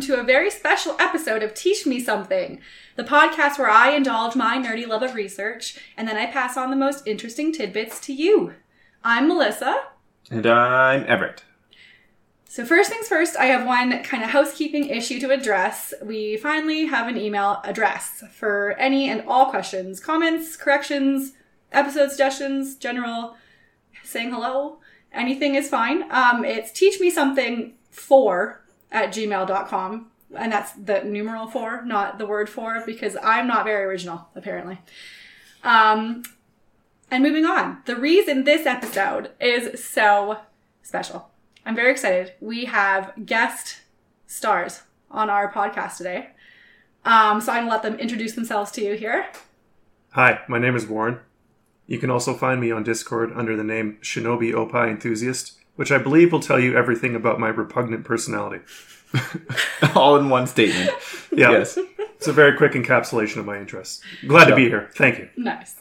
to a very special episode of Teach Me Something, the podcast where I indulge my nerdy love of research and then I pass on the most interesting tidbits to you. I'm Melissa. And I'm Everett. So, first things first, I have one kind of housekeeping issue to address. We finally have an email address for any and all questions, comments, corrections, episode suggestions, general saying hello. Anything is fine. Um, it's teach me something four at gmail.com. And that's the numeral four, not the word four, because I'm not very original, apparently. Um, and moving on, the reason this episode is so special. I'm very excited. We have guest stars on our podcast today. Um, so I'm going to let them introduce themselves to you here. Hi, my name is Warren. You can also find me on Discord under the name Shinobi Opai Enthusiast, which I believe will tell you everything about my repugnant personality. All in one statement. Yeah, Yes. it's a very quick encapsulation of my interests. Glad to be here. Thank you. Nice.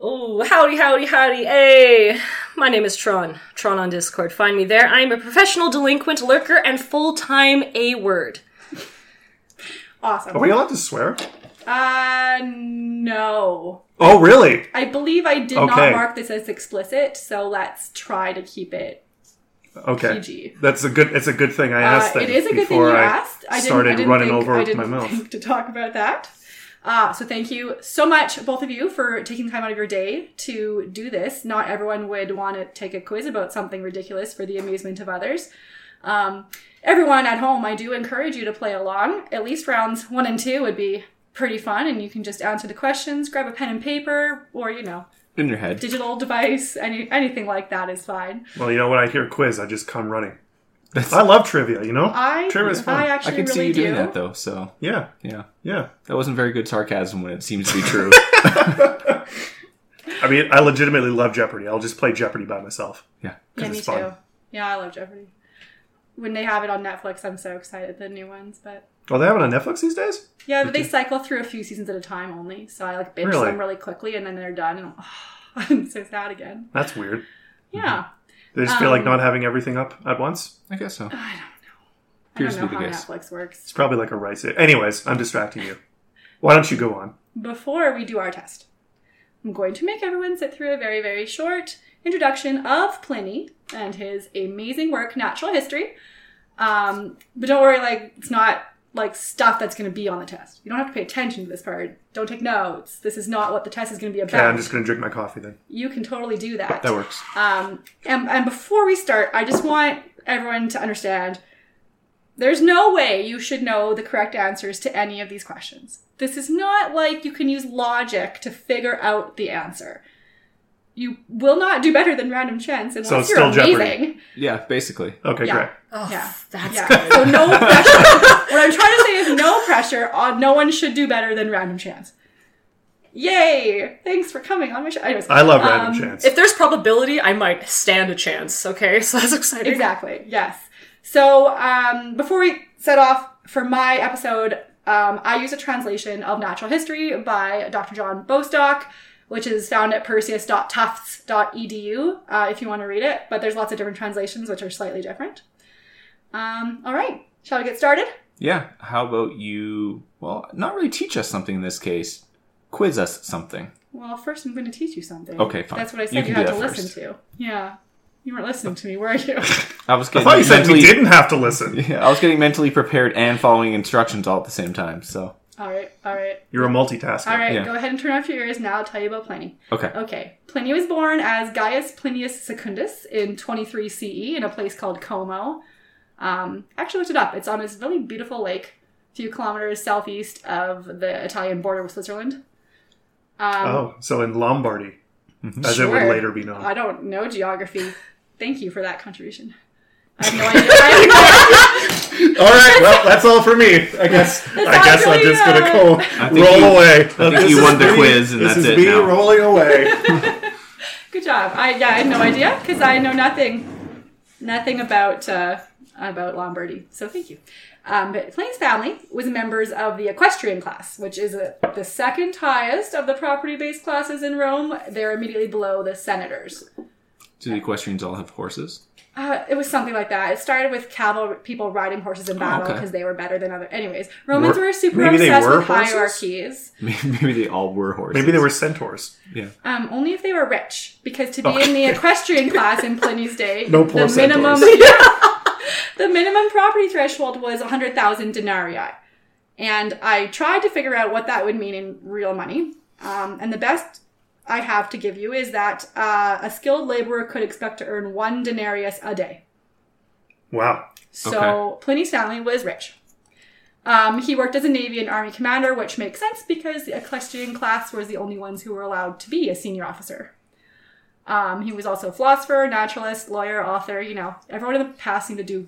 Oh, howdy, howdy, howdy. Hey, my name is Tron. Tron on Discord. Find me there. I am a professional delinquent lurker and full time A word. Awesome. Are we allowed to swear? Uh, no. Oh, really? I believe I did Okay. not mark this as explicit, so let's try to keep it Okay. PG. That's a good. It's a good thing I Uh, asked that it is a good thing you before I asked. I didn't, started I didn't running think, over I with didn't my mouth. think to talk about that. Uh, so thank you so much, both of you, for taking time out of your day to do this. Not everyone would want to take a quiz about something ridiculous for the amusement of others. Um, everyone at home, I do encourage you to play along. At least rounds one and two would be pretty fun, and you can just answer the questions, grab a pen and paper, or you know, In your head. digital device, any anything like that is fine. Well, you know what? I hear quiz. I just come running. I love trivia. You know. I Trivia is fun. I I actually could really see you do. doing that though, so yeah. yeah. Yeah. That wasn't very good sarcasm when it seems to be true. I mean, I legitimately love Jeopardy. I'll just play Jeopardy by myself. yeah. 'cause Yeah, me it's fun. too. Yeah, I love Jeopardy. When they have it on Netflix, I'm so excited the new ones. But Oh, they have it on Netflix these days. yeah, but they cycle through a few seasons at a time only, so I like binge Really? them really quickly, and then they're done, and I'm, I'm so sad again. That's weird. Mm-hmm. Yeah, They just feel like Um, not having everything up at once. I guess so. I don't know. Appears I to don't be know the how case. Netflix It's works. probably like a rice. Anyways, I'm distracting you. Why don't you go on? Before we do our test, I'm going to make everyone sit through a very, very short introduction of Pliny and his amazing work, Natural History. Um, but don't worry, like it's not like stuff that's going to be on the test. You don't have to pay attention to this part. Don't take notes. This is not what the test is going to be Okay, about. I'm just going to drink my coffee then. You can totally do that. That works. Um, and, and before we start, I just want everyone to understand there's no way you should know the correct answers to any of these questions. This is not like you can use logic to figure out the answer. You will not do better than random chance unless So it's you're still amazing. Jeopardy. Yeah, basically. Okay, Yeah. great. Oh, Yeah. that's Yeah. So no pressure. what I'm trying to say is no pressure on no one should do better than random chance. Yay! Thanks for coming on my show. Anyways, I love um, random chance. If there's probability, I might stand a chance, okay? So that's exciting. Exactly. Yes. So um, before we set off for my episode, um, I use a translation of Natural History by Dr. John Bostock, which is found at perseus.tufts.edu uh, if you want to read it. But there's lots of different translations which are slightly different. Um, all right. Shall we get started? Yeah. How about you well, not really teach us something in this case. Quiz us something. Well, first I'm going to teach you something. Okay, fine. That's what I You said you, can had do to that listen first. to. Yeah. You weren't listening to me, were you? I was I getting thought you said we mentally- didn't have to listen. Yeah, I was getting mentally prepared and following instructions all at the same time, so all right. All right. You're a multitasker. All right. Yeah. Go ahead and turn off your ears now. I'll tell you about Pliny. Okay. Okay. Pliny was born as Gaius Plinius Secundus in 23 CE in a place called Como. Um, I actually looked it up. It's on this really beautiful lake, a few kilometers southeast of the Italian border with Switzerland. Um, Oh, so in Lombardy, Mm-hmm. as it would Sure. later be known. I don't know geography. Thank you for that contribution. I have no idea. I have no idea. All right, well, that's all for me. I guess. I guess I'm really, just uh, going I to think go roll you- away. think This you is won the me- quiz and this that's is it me now. rolling away. Good job. I yeah, I had no idea because I know nothing, nothing about uh, about Lombardy. So thank you. Um, but Plain's family was members of the equestrian class, which is uh the second highest of the property-based classes in Rome. They're immediately below the senators. Do the equestrians all have horses? Uh, it was something like that. It started with cavalry people riding horses in battle okay. because they were better than other. Anyways, Romans Oh, Were- were super maybe they obsessed were with horses? hierarchies. Maybe they all were horses. Maybe they were centaurs. Yeah. Um, only if they were rich, because to be Okay. in the equestrian class in Pliny's day, No poor the minimum centaurs. the minimum property threshold was hundred thousand denarii, and I tried to figure out what that would mean in real money. Um, and the best I have to give you is that uh, a skilled laborer could expect to earn one denarius a day. Wow. So Pliny Stanley was rich. Um, he worked as a Navy and Army commander, which makes sense because the equestrian class was the only ones who were allowed to be a senior officer. Um, he was also a philosopher, naturalist, lawyer, author. You know, everyone in the past seemed to do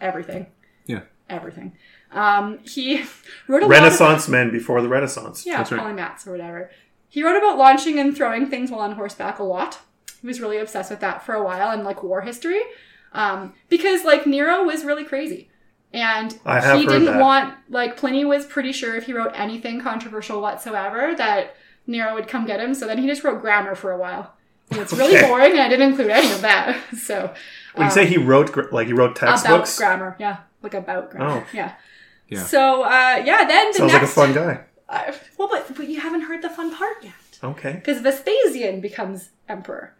everything. Yeah. Everything. Um, he wrote a lot. Of, Renaissance men before the Renaissance. yeah, That's right. polymaths or whatever. He wrote about launching and throwing things while on horseback a lot. He was really obsessed with that for a while and like war history, um, because like Nero was really crazy, and I have he heard didn't that. want like Pliny was pretty sure if he wrote anything controversial whatsoever that Nero would come get him. So then he just wrote grammar for a while. And it's really Okay. boring, and I didn't include any of that. So When you say he wrote, gr- like he wrote about textbooks, grammar, yeah, like about grammar, Oh. yeah. Yeah. So uh, yeah, then the sounds next like a fun guy. uh, well, but, but you haven't heard the fun part yet. Okay. Because Vespasian becomes emperor.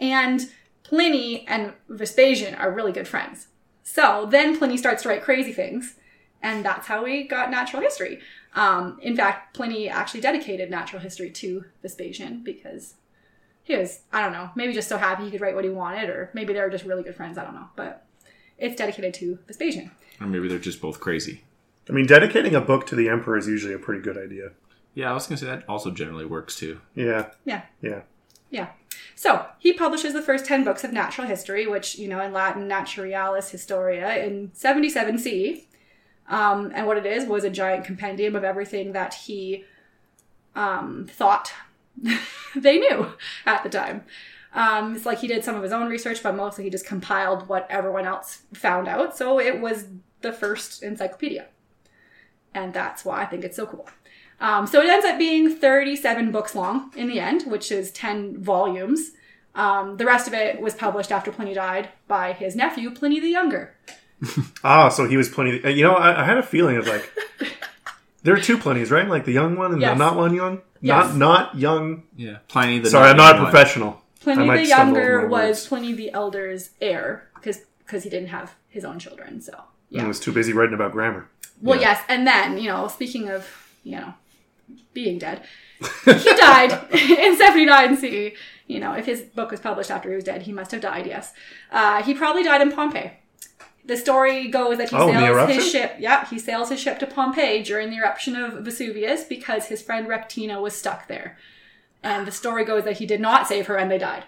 And Pliny and Vespasian are really good friends. So then Pliny starts to write crazy things. And that's how we got natural history. Um, in fact, Pliny actually dedicated natural history to Vespasian because he was, I don't know, maybe just so happy he could write what he wanted, or maybe they were just really good friends. I don't know. But it's dedicated to Vespasian. Or maybe they're just both crazy. I mean, dedicating a book to the emperor is usually a pretty good idea. Yeah, I was going to say that also generally works too. Yeah. Yeah. Yeah. Yeah. So he publishes the first 10 books of natural history, which, you know, in Latin, Naturalis Historia, in 77 CE. Um, and what it is was a giant compendium of everything that he um, thought they knew at the time. Um, it's like he did some of his own research, but mostly he just compiled what everyone else found out. So it was the first encyclopedia. And that's why I think it's so cool. Um, so it ends up being 37 books long in the end, which is 10 volumes. Um, the rest of it was published after Pliny died by his nephew, Pliny the Younger. Ah, so he was Pliny. uh, You know, I, I had a feeling of like there are two Plinies, right? Like the young one and Yes. the not one young. Yes. Not not young. Yeah. Pliny the Sorry, I'm not a one. professional. I Pliny might the stumble over Younger my was words. Pliny the Elder's heir because he didn't have his own children. So, yeah. I was too busy writing about grammar. Well, Yeah. yes, and then you know, speaking of you know being dead, he died in seventy nine CE. You know, if his book was published after he was dead, he must have died. Yes, uh, he probably died in Pompeii. The story goes that he Oh, in the sails eruption? his ship. Yeah, he sails his ship to Pompeii during the eruption of Vesuvius because his friend Rectina was stuck there. And the story goes that he did not save her and they died.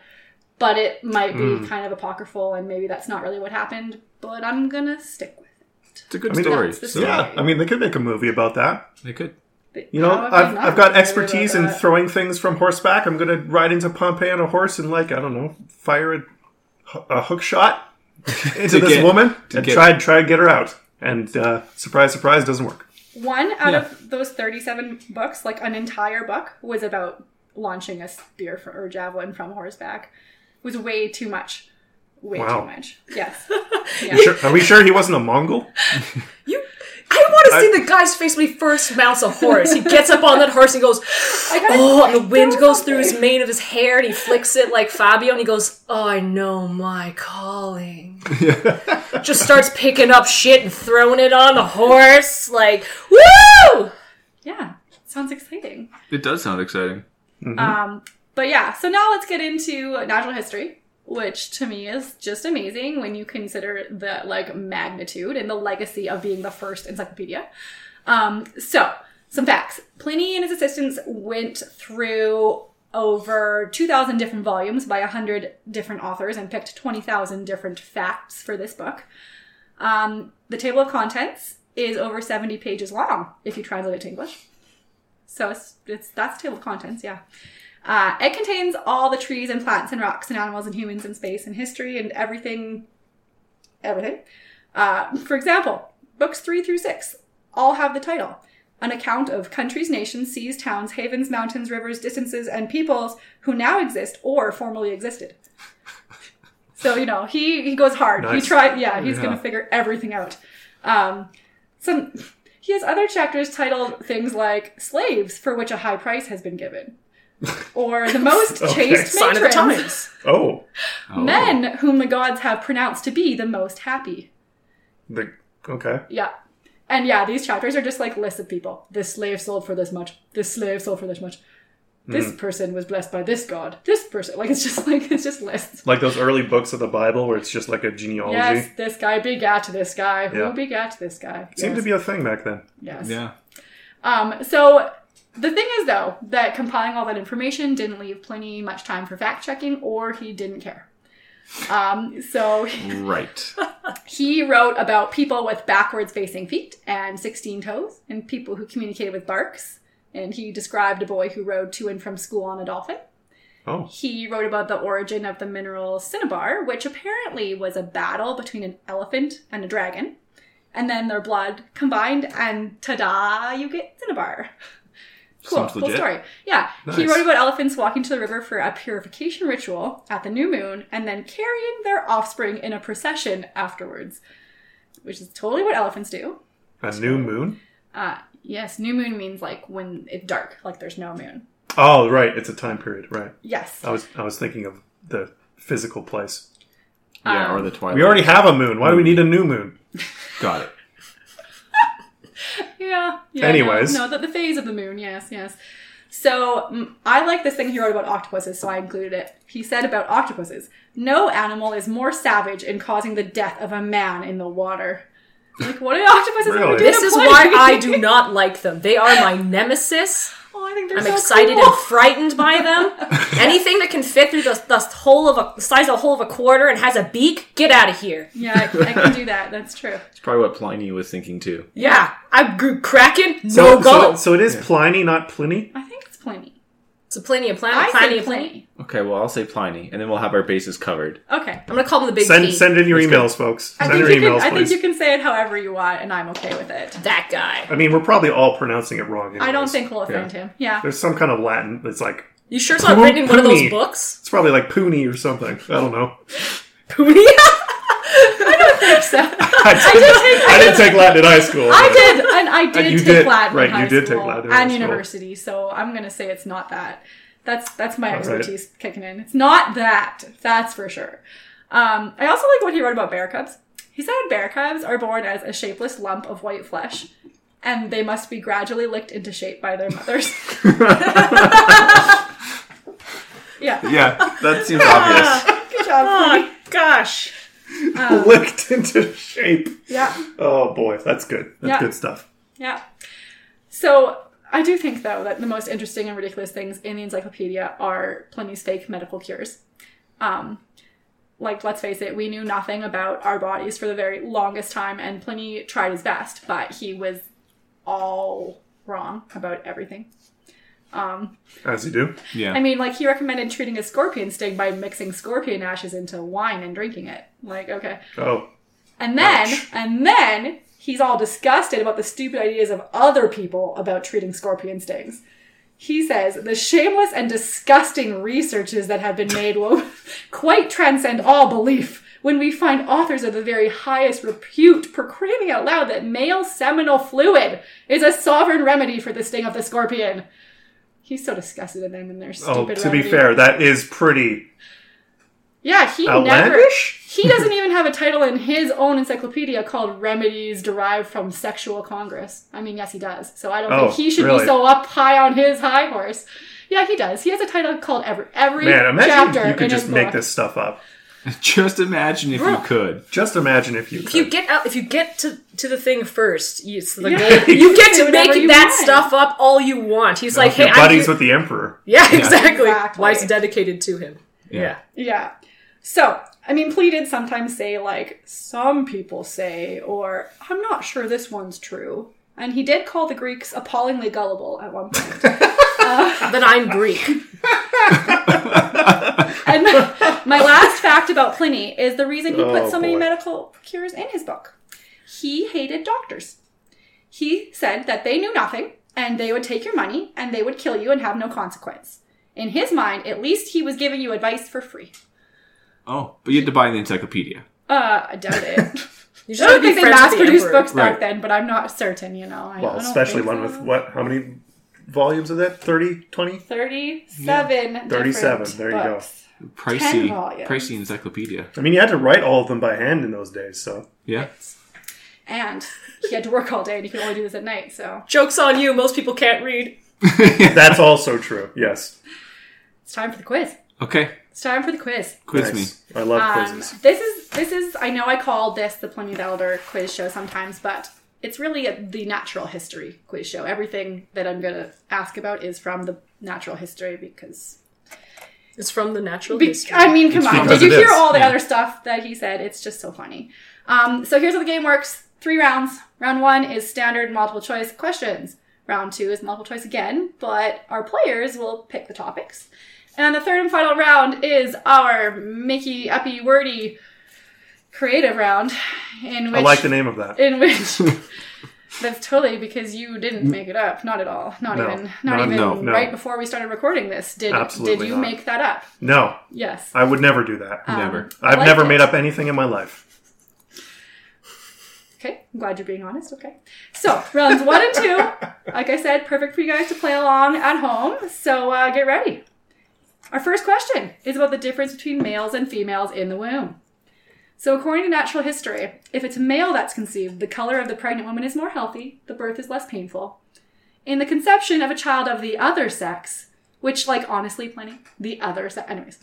But it might be Hmm. kind of apocryphal and maybe that's not really what happened. But I'm gonna stick with it. It's a good I mean, story. that's the so story. Yeah, I mean, they could make a movie about that. They could. You know, How have I I've, not I've got really expertise about in that? throwing things from horseback. I'm going to ride into Pompeii on a horse and, like, I don't know, fire a, a hook shot To into this get- woman to and get- try, try and get her out. And uh, surprise, surprise, doesn't work. One out Yeah. of those 37 books, like an entire book, was about launching a spear fr- or javelin from horseback. It was way too much. Way Wow. too much. Yes. Sure, are we sure he wasn't a Mongol? You, I want to see the guy's face when he first mounts a horse. He gets up on that horse and goes, gotta oh, and the wind do goes through his something." mane of his hair and he flicks it like Fabio and he goes, oh, I know my calling. Just starts picking up shit and throwing it on the horse, like, woo! Yeah. Sounds exciting. It does sound exciting. Um, but yeah, so now let's get into natural history, which to me is just amazing when you consider the like magnitude and the legacy of being the first encyclopedia. Um, so some facts: Pliny and his assistants went through over 2,000 different volumes by 100 different authors and picked 20,000 different facts for this book. Um, the table of contents is over 70 pages long if you translate it to English. So it's, it's that's table of contents, yeah. Uh, it contains all the trees and plants and rocks and animals and humans and space and history and everything, everything. Uh, for example, books three through six all have the title An Account of Countries, Nations, Seas, Towns, Havens, Mountains, Rivers, Distances, and Peoples Who Now Exist or Formerly Existed. So you know he he goes hard. Nice. He tried. Yeah, he's Yeah. gonna figure everything out. Um, some he has other chapters titled things like "Slaves for which a high price has been given," or "The most Okay. chaste Sign of the matrons." times. Oh, Oh. Men whom the gods have pronounced to be the most happy. the okay. Yeah. And yeah, these chapters are just like lists of people. This slave sold for this much. This slave sold for this much. This person was blessed by this god. This person, like it's just like it's just lists. Like those early books of the Bible where it's just like a genealogy. Yes, this guy begat this guy. Who Yeah. begat this guy? Seemed yes. to be a thing back then. yes. Yeah. Um, so the thing is, though, that compiling all that information didn't leave Pliny much time for fact checking, or he didn't care. Um, so Right. he wrote about people with backwards facing feet and 16 toes, and people who communicated with barks. And he described a boy who rode to and from school on a dolphin. Oh, He wrote about the origin of the mineral cinnabar, which apparently was a battle between an elephant and a dragon. And then their blood combined, and ta da, you get cinnabar. Cool, Sounds cool legit. story. Yeah. He Nice. wrote about elephants walking to the river for a purification ritual at the new moon and then carrying their offspring in a procession afterwards, which is totally what elephants do. a new moon. Uh, yes, new moon means like when it's dark, like there's no moon. Oh, right. It's a time period. Right. Yes. I was I was thinking of the physical place. Yeah, or Um, the Twilight. We already have a moon. Why do we need a new moon? got it. Yeah. yeah Anyways. No, no the, the phase of the moon. Yes, yes. So mm, I like this thing he wrote about octopuses, so I included it. He said about octopuses, no animal is more savage in causing the death of a man in the water. Like, what did octopuses ever Really? do? This to is Pliny? why I do not like them. They are my nemesis. Oh, I think they're I'm so excited cool. and frightened by them. Anything that can fit through the, the hole of a the size of the hole of a quarter and has a beak, get out of here. yeah, I, I can do that. That's true. It's probably what Pliny was thinking too. Yeah, I'm g- cracking. No So, go. so, so it is Pliny, not Pliny. I think it's Pliny. so plenty of I planet, plenty say of plenty. Pliny. Okay, well I'll say Pliny, and then we'll have our bases covered. Okay. I'm gonna call them the big Send feet. send in your That's good. emails, folks. I think, Send your you emails, can, I think please. you can say it however you want, and I'm okay with it. that guy. I mean, we're probably all pronouncing it wrong. I don't anyways. think we'll offend him. Yeah. there's some kind of Latin that's like You sure it's not written in one of Poonie. those books? it's probably like Puni or something. I don't know. Poonie? So- I didn't, take- I I didn't take Latin in high school. I did, and I did you take did, Latin. in right, high you did take school Latin in high and school. university, so I'm gonna say it's not that. That's that's my right. expertise kicking in. It's not that. That's for sure. Um, I also like what he wrote about bear cubs. He said bear cubs are born as a shapeless lump of white flesh, and they must be gradually licked into shape by their mothers. yeah, Yeah, that seems obvious. good job. Phoebe. oh, gosh. Licked into shape. Yeah. Oh boy, that's good. That's Yeah. good stuff. Yeah. So I do think though that the most interesting and ridiculous things in the encyclopedia are Pliny's fake medical cures. Um, like let's face it, we knew nothing about our bodies for the very longest time, and Pliny tried his best, but he was all wrong about everything. Um, As you do. Yeah. I mean, like he recommended treating a scorpion sting by mixing scorpion ashes into wine and drinking it. Like, okay. Oh, And then, Ouch. and then he's all disgusted about the stupid ideas of other people about treating scorpion stings. He says the shameless and disgusting researches that have been made will quite transcend all belief when we find authors of the very highest repute proclaiming out loud that male seminal fluid is a sovereign remedy for the sting of the scorpion. He's so disgusted in them and their stupid. oh. To be remedy. fair, that is pretty Yeah, he never. outlandish. He doesn't even have a title in his own encyclopedia called Remedies Derived from Sexual Congress. I mean, yes, he does. So I don't Oh, think he should really? be so up high on his high horse. Yeah, he does. He has a title called Every, every Man, imagine Chapter. if you in could just his make book. this stuff up. Just imagine if you Bro. could. Just imagine if you could. If you get out, if you get to, to the thing first, you, it's the Yeah. goal. You you get can do to whatever make you that want. stuff up all you want. He's like, If you're hey, I buddies do- with the emperor. yeah, exactly. Exactly. Why it's dedicated to him? Yeah. Yeah. So, I mean, Plea did sometimes say, like, some people say, or I'm not sure this one's true. And he did call the Greeks appallingly gullible at one point. Then I'm Greek. And my last fact about Pliny is the reason he put Oh, so many boy. medical cures in his book. He hated doctors. He said that they knew nothing and they would take your money and they would kill you and have no consequence. In his mind, at least he was giving you advice for free. Oh, but you had to buy the encyclopedia. Uh, I doubt it. You I just don't be think they friends with mass the produced emperor. books back Right. then, but I'm not certain, you know. I, I Well, don't especially think one so. with what? How many volumes of that? 30, 20? 37. 37, different there you go. books. Pricey, volumes. pricey encyclopedia. I mean, you had to write all of them by hand in those days, so. Yeah. And he had to work all day and he could only do this at night, so Joke's on you. Most people can't read. That's also true, yes. it's time for the quiz. Okay, It's time for the quiz. quiz me. Nice. I love Um, quizzes. this is this is I know I call this the Pliny the Elder quiz show sometimes, but it's really a, the natural history quiz show. Everything that I'm gonna ask about is from the natural history because It's from the natural Be- history. I mean, come on. because Did you it hear is, all the yeah. other stuff that he said? It's just so funny. Um, so here's how the game works three rounds. Round one is standard multiple choice questions. Round two is multiple choice again, but our players will pick the topics. And the third and final round is our Mickey Uppy Wordy creative round, in which I like the name of that. in which that's totally because you didn't make it up. Not at all. Not No. even. Not, Not- even. no, no. Right before we started recording this, did Absolutely did you not. make that up? No, Yes. I would never do that. Never. I I've like never it. made up anything in my life. Okay, I'm glad you're being honest. Okay. So, rounds one and two, like I said, perfect for you guys to play along at home. So, uh, get ready. Our first question is about the difference between males and females in the womb. So, according to natural history, if it's a male that's conceived, the color of the pregnant woman is more healthy, the birth is less painful. In the conception of a child of the other sex, which, like, honestly, Pliny, the other sex, anyways,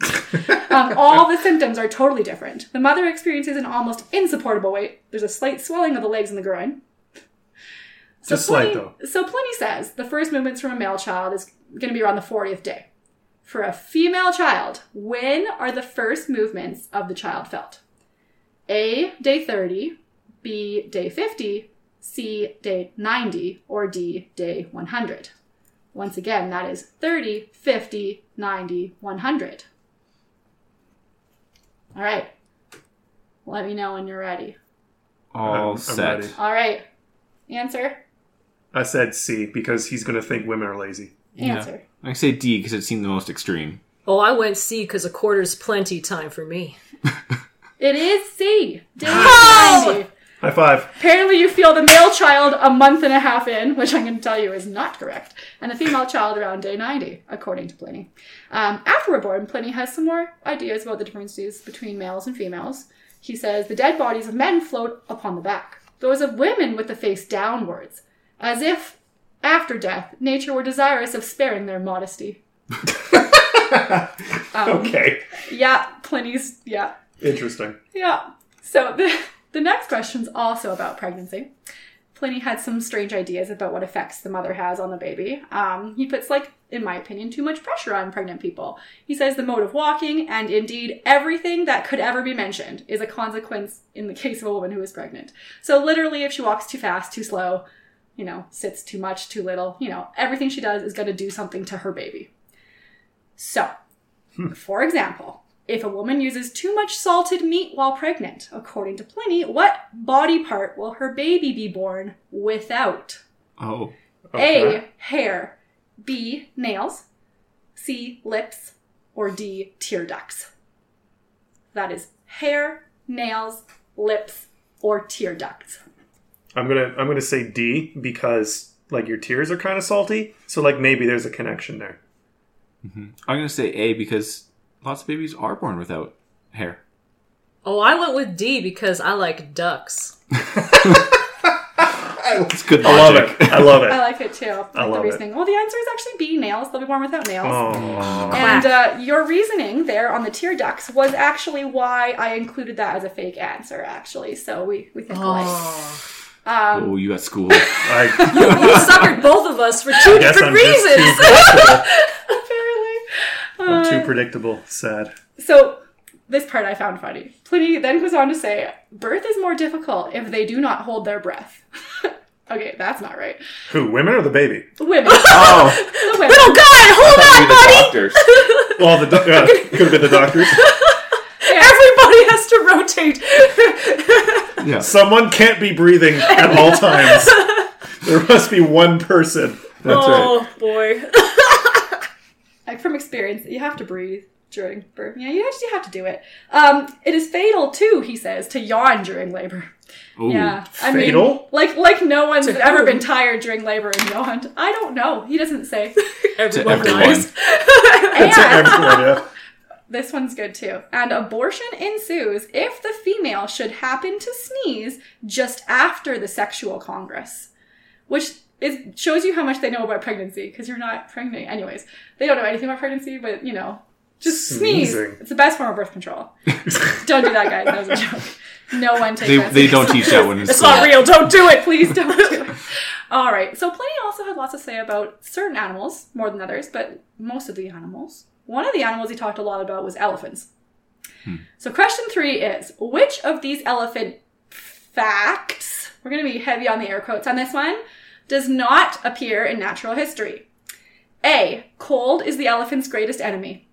um, all the symptoms are totally different. The mother experiences an almost insupportable weight. There's a slight swelling of the legs and the groin. So Just slight, Pliny- So Pliny says the first movements from a male child is going to be around the 40th day. For a female child, when are the first movements of the child felt? A, day 30, B, day 50, C, day 90, or D, day 100. Once again, that is 30, 50, 90, 100. All right. Let me know when you're ready. All I'm set. ready. All right. Answer. I said C because he's going to think women are lazy. Yeah. Answer. I say D because it seemed the most extreme. oh, I went C because a quarter's plenty time for me. It is C. Day 90. High five. Apparently, you feel the male child a month and a half in, which I'm going to tell you is not correct, and the female child around day 90, according to Pliny. Um, after we're born, Pliny has some more ideas about the differences between males and females. He says the dead bodies of men float upon the back, those of women with the face downwards, as if after death nature were desirous of sparing their modesty. Um, okay. Yeah, Pliny's, yeah. Interesting. Yeah. So the, the next question's also about pregnancy. Pliny had some strange ideas about what effects the mother has on the baby. Um, he puts, like, in my opinion, too much pressure on pregnant people. He says the mode of walking and indeed everything that could ever be mentioned is a consequence in the case of a woman who is pregnant. So literally, if she walks too fast, too slow, you know, sits too much, too little, you know, everything she does is going to do something to her baby. So, for example, if a woman uses too much salted meat while pregnant, according to Pliny, what body part will her baby be born without? Oh. Okay. A. Hair. B. Nails. C. Lips. Or D. Tear ducts. That is hair, nails, lips, or tear ducts. I'm gonna I'm gonna say D because like your tears are kind of salty, so like maybe there's a connection there. I'm going to say A because lots of babies are born without hair. Oh, I went with D because I like ducks. It's good I love logic. it. I love I it. like it Uh, too. I like love the it. reasoning. Well, the answer is actually B. Nails. They'll be born without nails. Oh, And uh, your reasoning there on the tear ducts was actually why I included that as a fake answer, actually. So we, we think alike. Oh. oh, you got school. I you suckered both of us for two guess different I'm just reasons. too predictable. Apparently. I'm too predictable. Sad. So this part I found funny. Pliny then goes on to say, birth is more difficult if they do not hold their breath. okay, that's not right. Who? Women or the baby? Women. oh. The women. Oh God! Hold on, buddy. Well, the do- uh, could have been the doctors. Everybody has to rotate. Yeah. Someone can't be breathing at all times. There must be one person. That's right. oh boy. Like from experience, you have to breathe during birth. Yeah, you actually have to do it. Um, it is fatal too, he says, to yawn during labor. Ooh. yeah, fatal? like like no one's To ever who? been tired during labor and yawned. I don't know. He doesn't say. To Everyone everyone. dies. That's And- everyone, yeah. This one's good too. And abortion ensues if the female should happen to sneeze just after the sexual congress, which is shows you how much they know about pregnancy because you're not pregnant, anyways. They don't know anything about pregnancy, but you know, just sneeze. Sneezing. It's the best form of birth control. don't do that, guys. That was a joke. No one takes They, that they seriously. don't teach that one in It's school. not real. Don't do it. Please don't do it. All right. So Pliny also had lots to say about certain animals, more than others, but most of the animals. One of the animals he talked a lot about was elephants. So question three is which of these elephant facts, we're going to be heavy on the air quotes on this one, does not appear in natural history? A. Cold is the elephant's greatest enemy.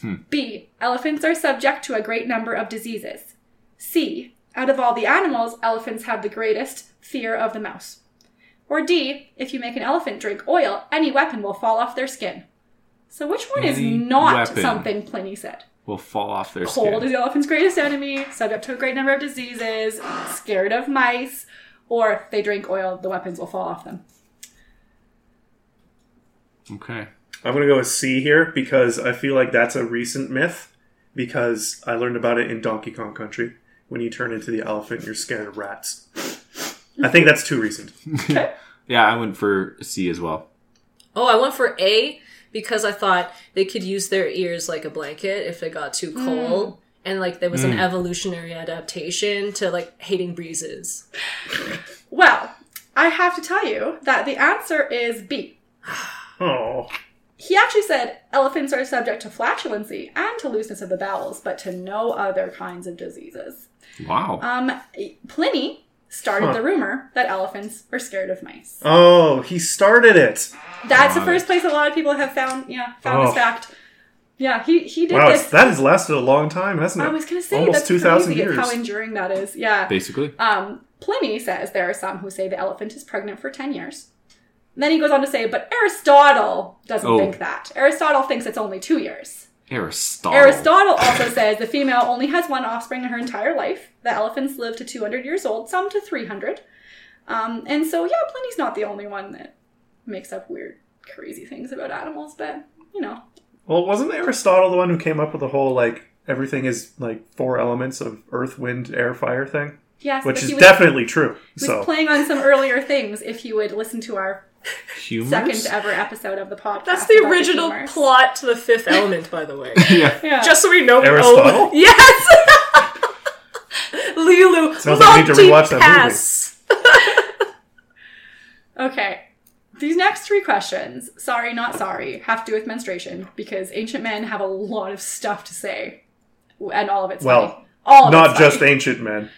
Hmm. B. Elephants are subject to a great number of diseases. C. Out of all the animals, elephants have the greatest fear of the mouse. Or D. If you make an elephant drink oil, any weapon will fall off their skin. So which one is Any not weapon. something Pliny said? Will fall off their Cold skin. is the elephant's greatest enemy, subject to a great number of diseases, scared of mice, or if they drink oil, the weapons will fall off them. Okay. I'm gonna go with C here because I feel like that's a recent myth because I learned about it in Donkey Kong Country. When you turn into the elephant, you're scared of rats. I think that's too recent. Yeah, I went for C as well. Oh, I went for A because I thought they could use their ears like a blanket if it got too Hmm. cold. And like there was an evolutionary adaptation to like hating breezes. Well, I have to tell you that the answer is B. Oh, He actually said elephants are subject to flatulency and to looseness of the bowels, but to no other kinds of diseases. Wow. Um, Pliny started Huh. the rumor that elephants are scared of mice. oh, he started it. That's the Got first place a lot of people have found, yeah, found Oh. this fact. Yeah, he he did Wow, this. it's, that has lasted a long time, hasn't it? I was going to say almost that's two 2,000 thousand crazy years. how enduring that is. Yeah. Basically. Um, Pliny says there are some who say the elephant is pregnant for 10 years. Then he goes on to say, but Aristotle doesn't Oh. think that. Aristotle thinks it's only two years. Aristotle. Aristotle also says the female only has one offspring in her entire life. The elephants live to 200 years old, some to 300. Um, and so, yeah, Pliny's not the only one that makes up weird, crazy things about animals, but, you know, well, wasn't Aristotle the one who came up with the whole like everything is like four elements of earth, wind, air, fire thing, yes. which but is he was, definitely true. he was So playing on some earlier things if you would listen to our Humors? second ever episode of the podcast. That's the about original humors. plot to the fifth element, by the way. Yeah. Yeah. Just so we know Aristotle? Oh, yes! Lulu. Sounds like I need to rewatch that multitask. okay. These next three questions, sorry, not sorry, have to do with menstruation because ancient men have a lot of stuff to say, and all of it's Well, funny. all of not it's just funny. ancient men.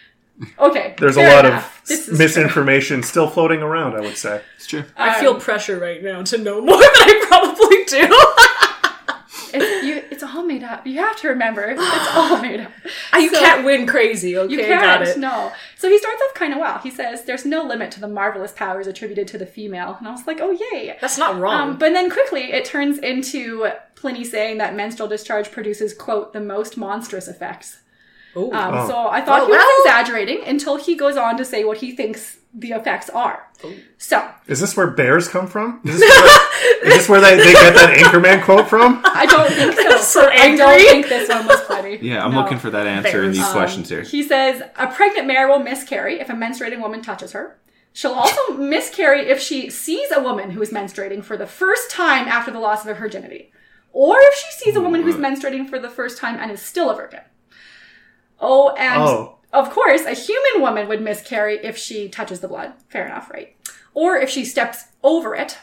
okay. There's a fair lot enough. This of is misinformation still floating around. I would say. It's true. I feel Um, pressure right now to know more than I probably do. true. It's, you, it's all made up. You have to remember, it's all made up. You So- can't win crazy, okay? You can't. Got it. No. So he starts off kind of well. He says, "There's no limit to the marvelous powers attributed to the female," and I was like, "Oh yay!" That's not wrong. Um, but then quickly it turns into Pliny saying that menstrual discharge produces, quote, the most monstrous effects. Ooh. Um, Oh. So I thought Oh, he was well. exaggerating until he goes on to say what he thinks the effects are. Oh. So Is this where bears come from? Is this where, is this where they, they get that Anchorman quote from? I don't think so. So I don't angry. think this one was Pliny. Yeah, I'm No. looking for that answer in Bears. these Um, questions here. He says a pregnant mare will miscarry if a menstruating woman touches her. She'll also miscarry if she sees a woman who is menstruating for the first time after the loss of her virginity, or if she sees a woman who's menstruating for the first time and is still a virgin. Oh, and Oh. of course, a human woman would miscarry if she touches the blood. Fair enough, right? Or if she steps over it.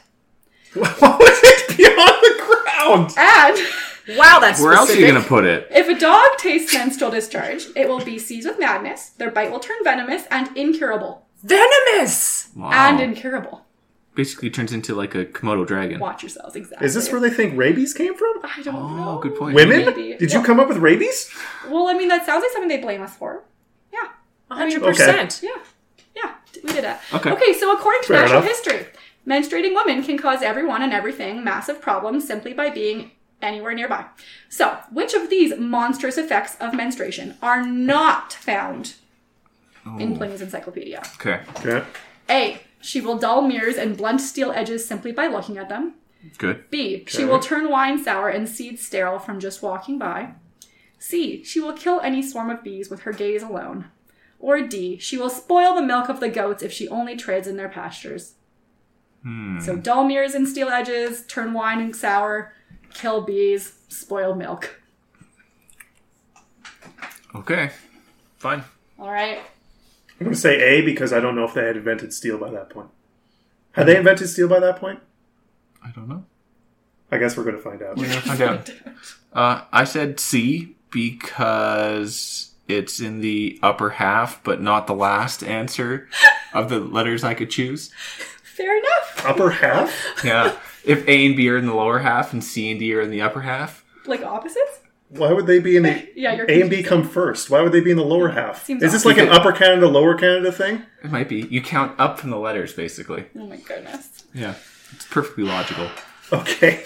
What was it beyond the ground? And wow, that's Where else are you specific. going to put it? if a dog tastes menstrual discharge, it will be seized with madness, their bite will turn venomous and incurable. Venomous! Wow. And incurable. Basically turns into like a Komodo dragon. Watch yourselves, exactly. Is this where they think rabies came from? I don't Oh, know. good point. Women? Maybe. Did you come up with rabies? Well, I mean, that sounds like something they blame us for. Yeah, 100%. yeah, yeah. We did that. Okay. Okay. So according to Fair natural enough. history, menstruating women can cause everyone and everything massive problems simply by being anywhere nearby. So, which of these monstrous effects of menstruation are not found Oh. in Pliny's Encyclopedia? Okay. Okay. A. She will dull mirrors and blunt steel edges simply by looking at them. Good. B. She will turn wine sour and seeds sterile from just walking by. C. She will kill any swarm of bees with her gaze alone. Or D. She will spoil the milk of the goats if she only treads in their pastures. So dull mirrors and steel edges, turn wine and sour, kill bees, spoil milk. Okay. Fine. All right. I'm gonna say A because I don't know if they had invented steel by that point. Had Hmm. they invented steel by that point? I don't know. I guess we're gonna find out. We're gonna find out. Uh, I said C because it's in the upper half, but not the last answer of the letters I could choose. Fair enough. Upper half? Yeah. If A and B are in the lower half and C and D are in the upper half. Like opposites? Why would they be in the Yeah, you're A and B come first? Why would they be in the lower half? Seems Is this awful. like an upper Canada, lower Canada thing? It might be. You count up from the letters, basically. Oh my goodness. Yeah. It's perfectly logical. Okay.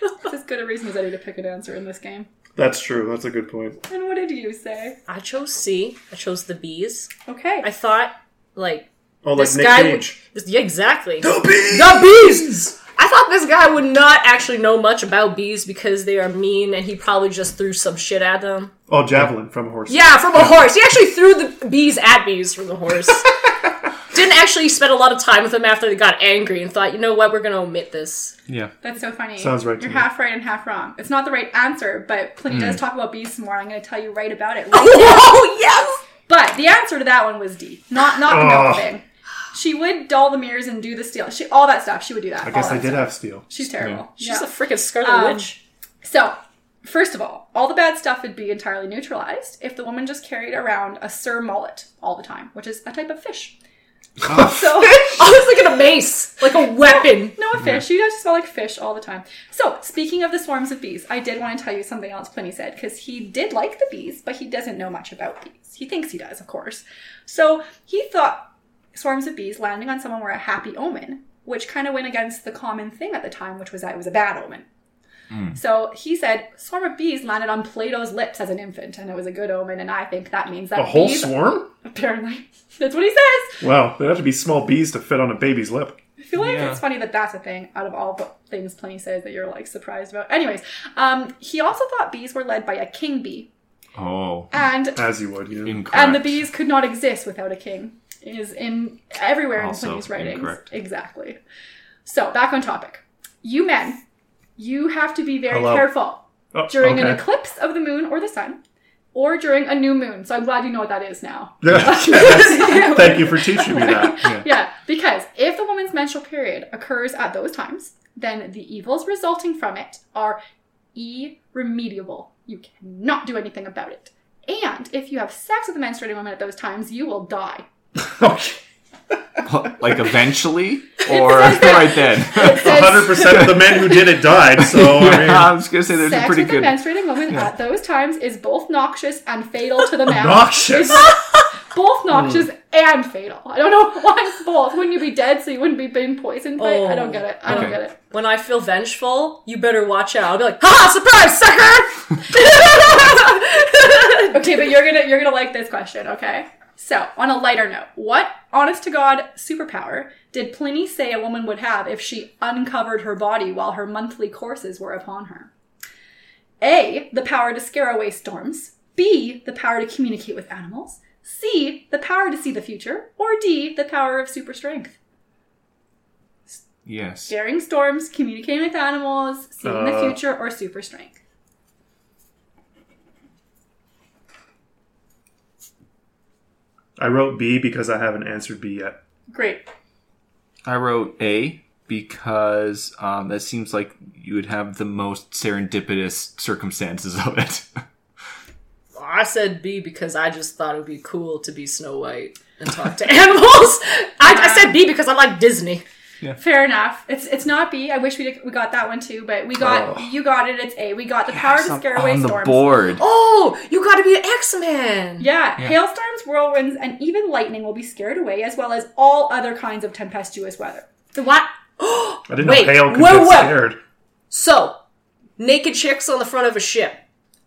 It's as good a reason as any to pick an answer in this game. That's true. That's a good point. And what did you say? I chose C. I chose the bees. Okay. I thought, like, Oh, like this Nick guy. Would, Cage. Oh, this- yeah, exactly. The bees! The bees! I thought this guy would not actually know much about bees because they are mean and he probably just threw some shit at them. Oh, javelin from a horse. Yeah, from a horse. He actually threw the bees at bees from the horse. Didn't actually spend a lot of time with them after they got angry and thought, you know what, we're gonna omit this. Yeah. That's so funny. Sounds right to You're me. half right and half wrong. It's not the right answer, but Pliny does talk about bees some more. and I'm going to tell you right about it. Oh yes! but the answer to that one was D. Not not the milk Oh. thing. She would doll the mirrors and do the steel. She all that stuff. She would do that. I guess all they that did stuff. have steel. She's terrible. She's Yeah. a freaking Scarlet Um, Witch. So, first of all, all the bad stuff would be entirely neutralized if the woman just carried around a sir mullet all the time, which is a type of fish. Oh. So, I was thinking a mace, like a weapon. no, a fish. You guys smell like fish all the time. So, speaking of the swarms of bees, I did want to tell you something else Pliny said because he did like the bees, but he doesn't know much about bees. He thinks he does, of course. So, he thought swarms of bees landing on someone were a happy omen, which kind of went against the common thing at the time, which was that it was a bad omen. Hmm. So he said, swarm of bees landed on Plato's lips as an infant, and it was a good omen. And I think that means that A whole bees, swarm? apparently, that's what he says. Wow, there have to be small bees to fit on a baby's lip. I feel like Yeah. it's funny that that's a thing out of all the things Pliny says that you're like surprised about. Anyways, um, he also thought bees were led by a king bee, Oh. and As you would, you know. Incorrect. and the bees could not exist without a king. Is in everywhere in Also Pliny's writings. incorrect. Exactly. So back on topic, you men, you have to be very Hello. careful Oh, during an okay. eclipse of the moon or the sun, or during a new moon. So I'm glad you know what that is now. Yeah, yes. Thank you for teaching me that. Yeah, because if the woman's menstrual period occurs at those times, then the evils resulting from it are irremediable. You cannot do anything about it. And if you have sex with a menstruating woman at those times, you will die. Okay. like eventually or right then? It says 100% of the men who did it died, so I mean. I was gonna say there's a sex pretty with good. a menstruating woman at those times is both noxious and fatal to the man. Noxious. both noxious Mm. and fatal. I don't know why it's both. Wouldn't you be dead so you wouldn't be being poisoned by it? I don't get it. I don't Oh, Okay. get it. When I feel vengeful, you better watch out. I'll be like, ha, surprise, sucker! Okay, but you're gonna you're gonna like this question, okay? So, on a lighter note, what honest to God superpower did Pliny say a woman would have if she uncovered her body while her monthly courses were upon her? A, the power to scare away storms, B, the power to communicate with animals, C, the power to see the future, or D, the power of super strength. Yes. Scaring storms, communicating with animals, seeing the Uh. future, or super strength. I wrote B because I haven't answered B yet. Great. I wrote A because um, that seems like you would have the most serendipitous circumstances of it. I said B because I just thought it would be cool to be Snow White and talk to animals. I, I said B because I like Disney. Fair enough. It's it's not B. I wish we did, we got that one too, but we got you got it. It's A. We got the power to Oh. Some- scare away on the storms. board. Oh, you gotta be an X Man. Yeah, hailstorms, whirlwinds, and even lightning will be scared away, as well as all other kinds of tempestuous weather. The what? I didn't Wait, know Hale could whoa, get whoa. scared. So, naked chicks on the front of a ship.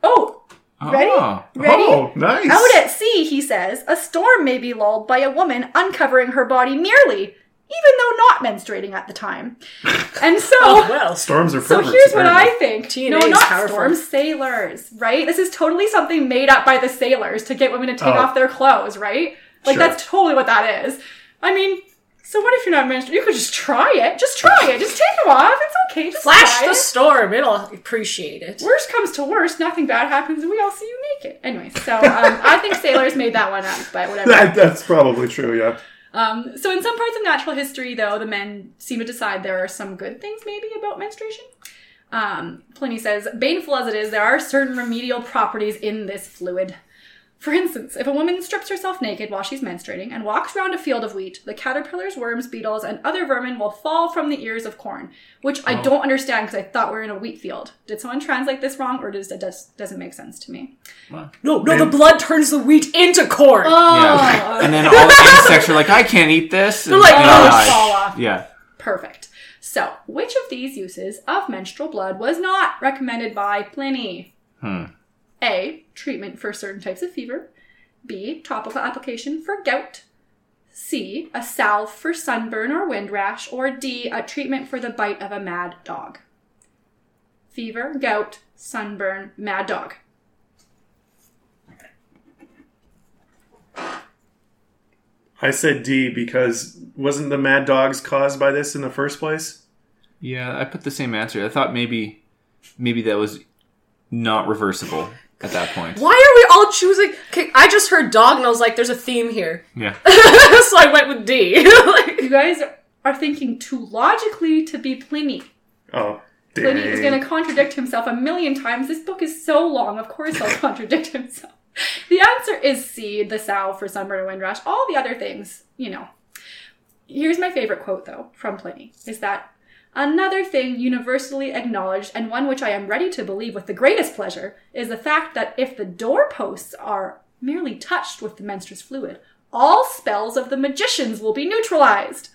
Oh, ready? Ah. Ready? Oh, nice. Out at sea, he says, a storm may be lulled by a woman uncovering her body merely, even though not menstruating at the time. And so, Oh, well, Storms are so perverts. here's what I apparently. think. TNA no, is not powerful. storms, sailors, right? This is totally something made up by the sailors to get women to take Oh. off their clothes, right? Like, Sure. that's totally what that is. I mean, so what if you're not menstruating? You could just try it. Just try it. Just take them off. It's okay. Just flash try the it. storm. It'll appreciate it. Worst comes to worst, nothing bad happens, and we all see you naked. Anyway, so um, I think sailors made that one up, but whatever. That, that's probably true, yeah. Um, so in some parts of natural history, though, the men seem to decide there are some good things maybe about menstruation. Um, Pliny says, baneful as it is, there are certain remedial properties in this fluid. For instance, if a woman strips herself naked while she's menstruating and walks round a field of wheat, the caterpillars, worms, beetles, and other vermin will fall from the ears of corn, which I don't understand because I thought we were in a wheat field. Did someone translate this wrong, or does that does, doesn't make sense to me? No, no, the blood turns the wheat into corn. Oh, Yeah. And then all the insects are like, I can't eat this. And like, they "Oh, die. fall off." Yeah. Perfect. So, which of these uses of menstrual blood was not recommended by Pliny? A. Treatment for certain types of fever. B. Topical application for gout. C. A salve for sunburn or wind rash. Or D. A treatment for the bite of a mad dog. Fever, gout, sunburn, mad dog. I said D because wasn't the mad dogs caused by this in the first place? Yeah, I put the same answer. I thought maybe maybe that was not reversible at that point. Why are we all choosing? 'Kay, I just heard dog, and I was like, "There's a theme here," Yeah. so I went with D. Like, You guys are thinking too logically to be Pliny. Oh, dang. Pliny is going to contradict himself a million times. This book is so long, of course he'll contradict himself. The answer is C, the sow for sunburn and windrush, all the other things, you know. Here's my favorite quote, though, from Pliny, is that another thing universally acknowledged, and one which I am ready to believe with the greatest pleasure, is the fact that if the doorposts are merely touched with the menstruous fluid, all spells of the magicians will be neutralized.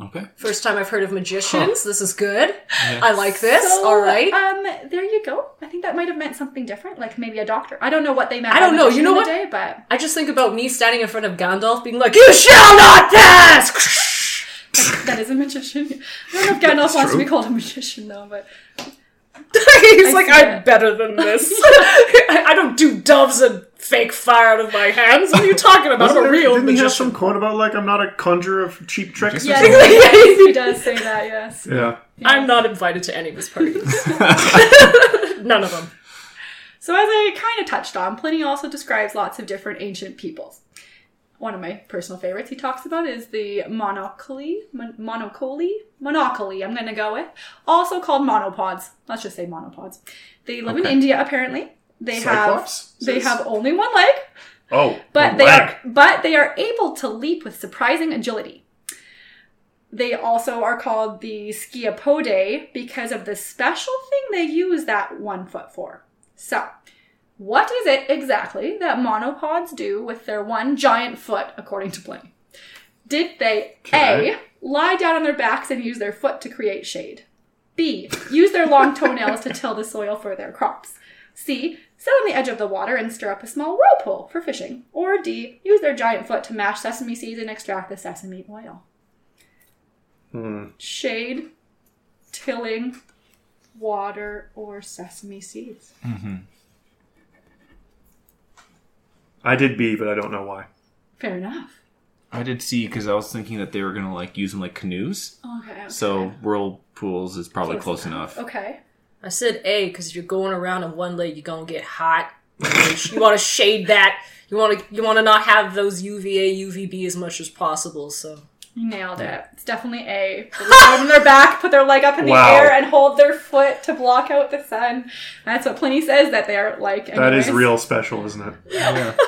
Okay. First time I've heard of magicians. This is good. I like this. So, all right. Um, there you go. I think that might have meant something different, like maybe a doctor. I don't know what they meant. I don't by know. You magician know in the Day, I just think about me standing in front of Gandalf, being like, "You shall not pass." but that is a magician. I don't know if Gandalf wants to be called a magician though, but He's I like, see I'm it. better than this. I, I don't do doves and fake fire out of my hands. What are you talking about? I'm Wasn't a there- real didn't he have magician. some quote about like I'm not a conjurer of cheap tricks? or yes, something? yes, he does say that. Yes. Yeah. I'm not invited to any of his parties. None of them. So as I kind of touched on, Pliny also describes lots of different ancient peoples. One of my personal favorites he talks about is the monocoly, mon- monocoly, monocoly. I'm going to go with also called monopods. Let's just say monopods. They live in Okay. India apparently. They Cyclops? have they Says- have only one leg, Oh, but a they lag. are, but they are able to leap with surprising agility. They also are called the Sciapodae because of the special thing they use that one foot for. So, what is it exactly that monopods do with their one giant foot, according to Pliny? Did they Okay. A lie down on their backs and use their foot to create shade? B. Use their long toenails to till the soil for their crops. C. Sit on the edge of the water and stir up a small whirlpool for fishing. Or D. Use their giant foot to mash sesame seeds and extract the sesame oil. Shade, tilling, water, or sesame seeds. I did B, but I don't know why. Fair enough. I did see because I was thinking that they were gonna like use them like canoes. Okay. So whirlpools is probably close, enough. Okay. I said A because if you're going around on one leg, you're gonna get hot. you want to shade that. You want to. You want to not have those UVA, UVB as much as possible. So You nailed it. It's definitely A. They lie on their back, put their leg up in the Wow. air, and hold their foot to block out the sun. That's what Pliny says that they are like. That is anyways. real special, isn't it?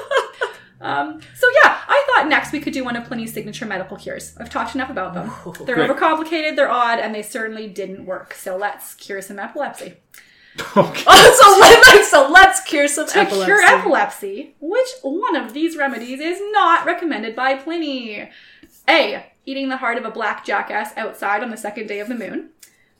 Um, so yeah, I thought next we could do one of Pliny's signature medical cures. I've talked enough about them. They're Great. overcomplicated, they're odd, and they certainly didn't work. So let's cure some epilepsy. Okay. Oh, so let's so let's cure some To epilepsy. cure epilepsy, which one of these remedies is not recommended by Pliny? A. Eating the heart of a black jackass outside on the second day of the moon.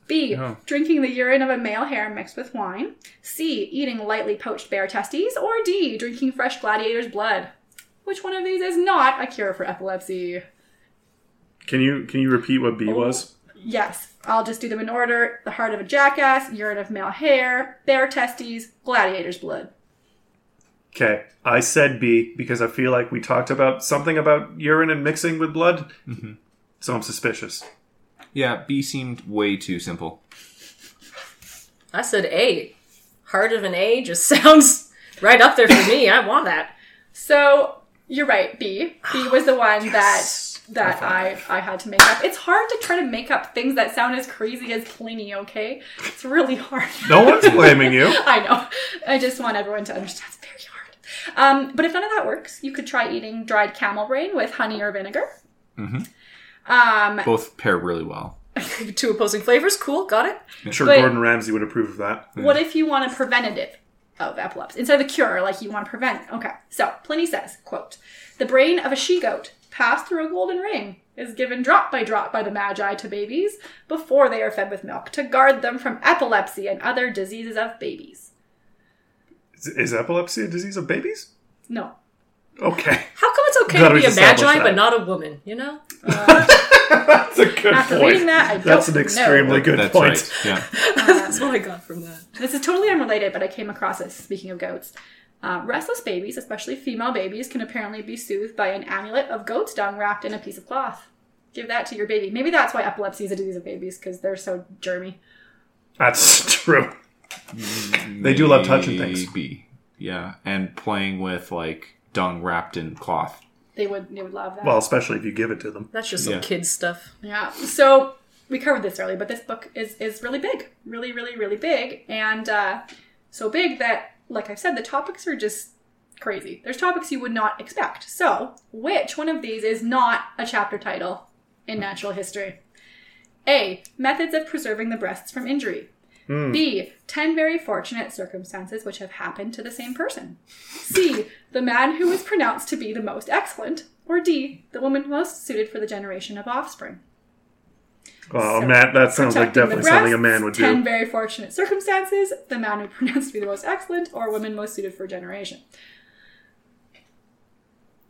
B. No. Drinking the urine of a male hare mixed with wine. C. Eating lightly poached bear testes. Or D. Drinking fresh gladiator's blood. Which one of these is not a cure for epilepsy? Can you can you repeat what Oh. B was? Yes, I'll just do them in order the heart of a jackass, urine of male hare, bear testes, gladiator's blood. Okay, I said B because I feel like we talked about something about urine and mixing with blood, so I'm suspicious. Yeah, B seemed way too simple. I said A. Heart of an A just sounds right up there for me. I want that. So you're right, B. B was the one that that I, I had to make up. It's hard to try to make up things that sound as crazy as Pliny, okay? It's really hard. No one's blaming you. I know. I just want everyone to understand it's very hard. Um, but if none of that works, you could try eating dried camel brain with honey or vinegar. Mm-hmm. Um, Both pair really well. Two opposing flavors. Cool. Got it. I'm sure But- Gordon Ramsay would approve of that. What if you want a preventative of epilepsy instead of a cure, like you want to prevent? Okay. So Pliny says, "quote The brain of a she goat passed through a golden ring is given drop by drop by the magi to babies before they are fed with milk to guard them from epilepsy and other diseases of babies." Is, is epilepsy a disease of babies? No. Okay, How come it's okay Glad to we be a established magi that. but not a woman? You know, that's a good After reading point. that, I That's don't an extremely know. good That's point. right. Yeah. that's what I got from that. This is totally unrelated, but I came across this speaking of goats. Uh, restless babies, especially female babies, can apparently be soothed by an amulet of goat's dung wrapped in a piece of cloth. Give that to your baby. Maybe that's why epilepsy is a disease of babies because they're so germy. That's true. They do love touching things. Maybe. Yeah, and playing with like dung wrapped in cloth. They would they would love that. Well, especially if you give it to them. That's just some Yeah. kid stuff. yeah. So we covered this earlier, but this book is is really big, really, really, really big, and uh, so big that, like I said, the topics are just crazy. There's topics you would not expect. So, which one of these is not a chapter title in natural history? A. Methods of preserving the breasts from injury. B. 10 very fortunate circumstances which have happened to the same person. C. The man who was pronounced to be the most excellent. Or D. The woman most suited for the generation of offspring. Oh, So, Matt, that sounds like Protecting the definitely something a breasts, man would Ten do. very fortunate circumstances. The man who pronounced to be the most excellent, or women most suited for generation.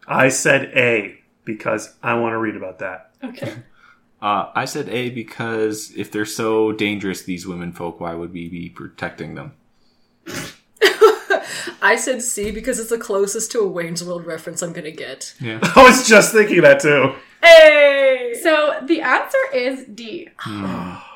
I said A because I want to read about that. Okay. Uh, I said A because if they're so dangerous, these women folk, why would we be protecting them? I said C because it's the closest to a Wayne's World reference I'm gonna get. Yeah. I was just thinking that too. Hey, So the answer is D.